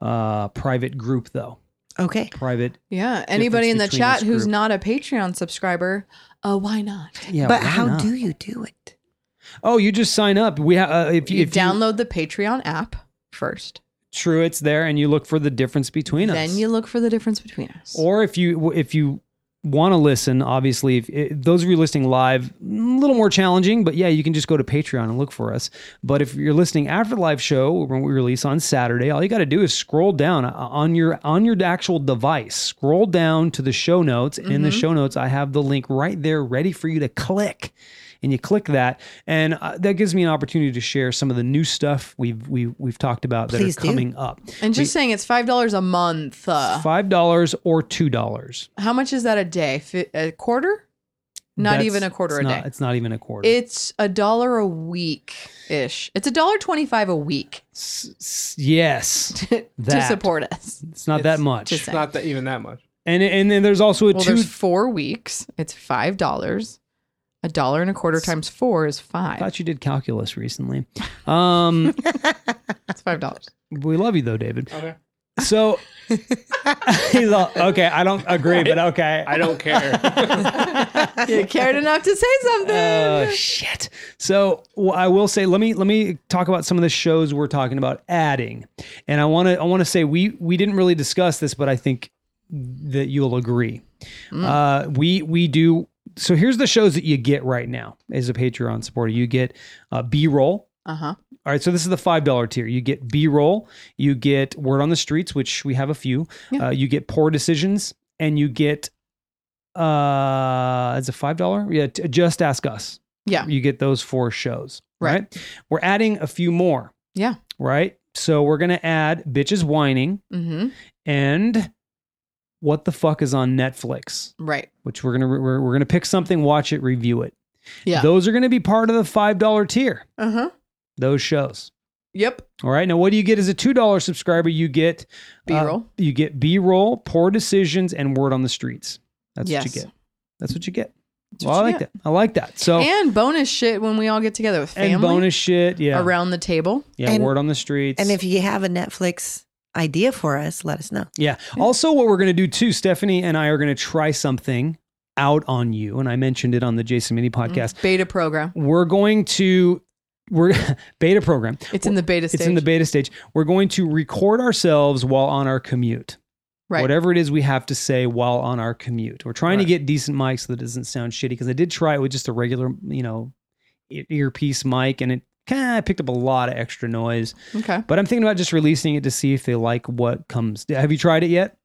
A: uh, private group though.
D: Okay,
A: Private.
C: Yeah. Anybody in the
A: between
C: chat
A: this
C: who's
A: group.
C: not a Patreon subscriber, uh, why not?
A: Yeah,
D: but
A: why
D: how
A: not?
D: do you do it?
A: Oh, you just sign up. We ha- uh, if
C: You
A: if you,
C: download the Patreon app first.
A: True, it's there, and you look for the difference between us.
C: Then you look for the difference between us.
A: or if you if you want to listen, obviously, if it, those of you listening live, a little more challenging, but yeah, you can just go to Patreon and look for us. But if you're listening after the live show when we release on Saturday, all you got to do is scroll down uh, on your on your actual device. Scroll down to the show notes. In the
C: Mhm.
A: show notes, I have the link right there, ready for you to click. And you click that, and uh, that gives me an opportunity to share some of the new stuff we've we, we've talked about that
D: Please
A: are
D: do.
A: coming up.
C: and just saying, it's $5 a month. Uh,
A: Five dollars or two dollars.
C: How much is that a day? Fi- A quarter? Not
A: That's-
C: even a quarter
A: it's
C: a
A: not-
C: day.
A: It's not even a quarter.
C: It's a dollar a week ish. It's a dollar twenty-five a week
A: S- s- yes,
C: to, to
A: That.
C: support us.
A: it's not that much.
C: just-
B: It's not that even that much.
A: and and then there's also a
C: Well,
A: two.
C: there's four weeks. It's five dollars. A dollar and a quarter times four is
A: I
C: five.
A: thought you did calculus recently. Um,
C: That's five dollars.
A: we love you though, David.
B: Okay.
A: So he's all, okay. I don't agree, but okay.
B: I don't care.
C: You cared enough to say something.
A: Oh shit! So well, I will say, let me let me talk about some of the shows we're talking about adding, and I want to I want to say we we didn't really discuss this, but I think that you'll agree. Uh, we we do. So here's the shows that you get right now as a Patreon supporter. You get uh, B roll.
C: uh huh.
A: All right, so this is the five dollar tier. You get B roll, you get Word on the Streets, which we have a few.
C: Yeah.
A: Uh, you get Poor Decisions, and you get uh, it's a five dollar. Yeah, t- Just Ask Us.
C: Yeah.
A: you get those four shows.
C: Right.
A: we're adding a few more.
C: Yeah.
A: right. So we're gonna add Bitches Whining
C: Mm-hmm.
A: and What the fuck is on Netflix,
C: Right.
A: which we're gonna we're, we're gonna pick something, watch it, review it.
C: Yeah.
A: those are gonna be part of the five dollar tier.
C: Uh huh.
A: Those shows.
C: Yep.
A: All right. Now, what do you get as a two dollar subscriber? You get
C: B roll.
A: uh, you get B roll, poor decisions, and word on the streets. That's what
C: Yes.
A: you get. That's what you get.
C: That's
A: well, I
C: what you
A: like that. I like that. So and,
C: and bonus shit when we all get together with family
A: bonus shit. Yeah.
C: around the table.
A: yeah.
D: And-
A: word on the streets.
D: And if you have a Netflix idea for us, let us know.
A: yeah. Also, what we're gonna do too, Stephanie and I are gonna try something out on you, and I mentioned it on the Jason Mini
C: Mm-hmm.
A: podcast.
C: Beta program.
A: We're going to we're beta program.
C: It's in the beta stage.
A: It's in the beta stage. We're going to record ourselves while on our commute.
C: right.
A: whatever it is we have to say while on our commute. We're trying to
B: Right.
A: get decent mics so that it doesn't sound shitty because I did try it with just a regular, you know, ear- earpiece mic and it kind of picked up a lot of extra noise.
C: Okay.
A: But I'm thinking about just releasing it to see if they like what comes. Have you tried it yet?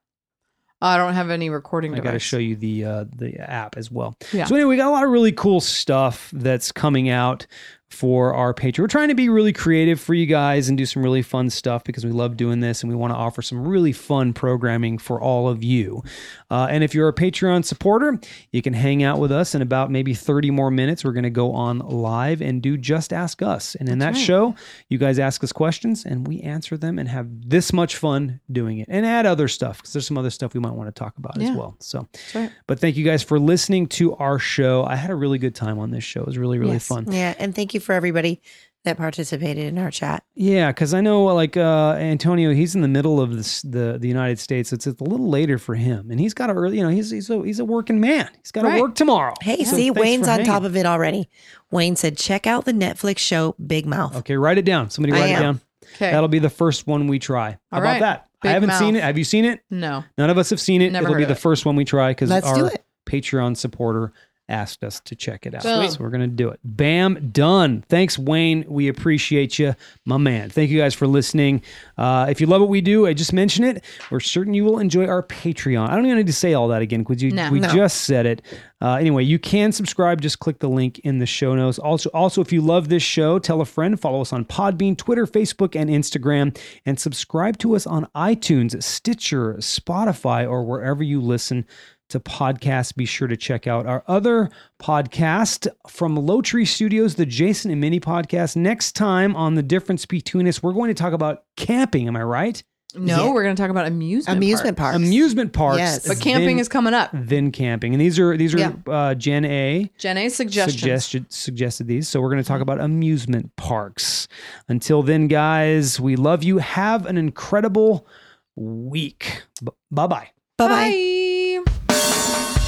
C: I don't have any recording
A: I
C: device.
A: got to show you the uh, the app as well.
C: Yeah.
A: So anyway, we got a lot of really cool stuff that's coming out for our Patreon. We're trying to be really creative for you guys and do some really fun stuff because we love doing this and we want to offer some really fun programming for all of you. Uh, and if you're a Patreon supporter, you can hang out with us in about maybe 30 more minutes. We're going to go on live and do Just Ask Us. And in
C: That's
A: that
C: right.
A: show, you guys ask us questions and we answer them and have this much fun doing it and add other stuff because there's some other stuff we might want to talk about
C: Yeah.
A: as well. So,
C: That's right.
A: but thank you guys for listening to our show. I had a really good time on this show. It was really, really
C: Yes.
A: fun.
D: Yeah. And thank you for everybody that participated in our chat.
A: Yeah, because I know like uh, Antonio, he's in the middle of this, the the United States. It's, it's a little later for him, and he's got to early. You know, he's he's a he's a working man. He's got to
C: Right.
A: work tomorrow.
D: Hey,
A: So
D: see,
A: thanks
D: Wayne's
A: for
D: on top
A: hanging.
D: of it already. Wayne said, check out the Netflix show Big Mouth.
A: Okay, write it down. Somebody
D: I
A: write it
D: am.
A: down.
C: Okay.
A: That'll be the first one we try. How
C: All
A: about
C: right.
A: that? I
C: Big
A: haven't seen it.
C: mouth.
A: Have you seen it?
C: No.
A: None of us have seen it.
C: Never
A: It'll
C: heard
A: be
C: of
A: the
C: it.
A: first one we try because
D: Let's do
A: our
D: it.
A: Patreon supporter asked us to check it out.
C: Boom.
A: So we're going to do it. Bam, done. Thanks, Wayne. We appreciate you, my man. Thank you guys for listening. Uh, if you love what we do, I just mentioned it. We're certain you will enjoy our Patreon. I don't even need to say all that again because you
C: No.
A: we
D: No.
A: just said it. Uh, anyway, you can subscribe. Just click the link in the show notes. Also, also if you love this show, tell a friend. Follow us on Podbean, Twitter, Facebook, and Instagram, and subscribe to us on iTunes, Stitcher, Spotify, or wherever you listen to podcasts. Be sure to check out our other podcast from Low Tree Studios, the Jason and Minnie podcast. Next time on the difference between us, we're going to talk about camping. Am I right?
C: No,
D: Yeah.
C: we're going to talk about amusement.
D: Amusement
C: park.
D: parks.
A: Amusement parks.
D: Yes.
C: But camping
A: then- Mm.
C: is coming up.
A: then camping, and these are these are
C: Yeah.
A: uh, Gen A
C: Jen A's suggestions.
A: suggested suggested these. So we're going to talk about amusement parks. Until then, guys, we love you. Have an incredible week. B- bye bye.
D: Bye bye.
C: Bye.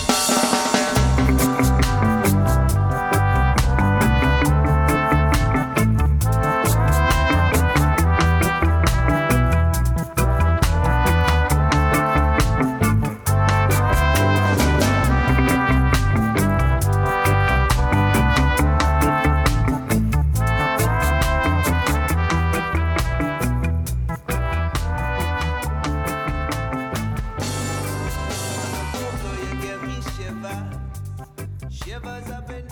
E: Oh, you give me shivers, shivers up and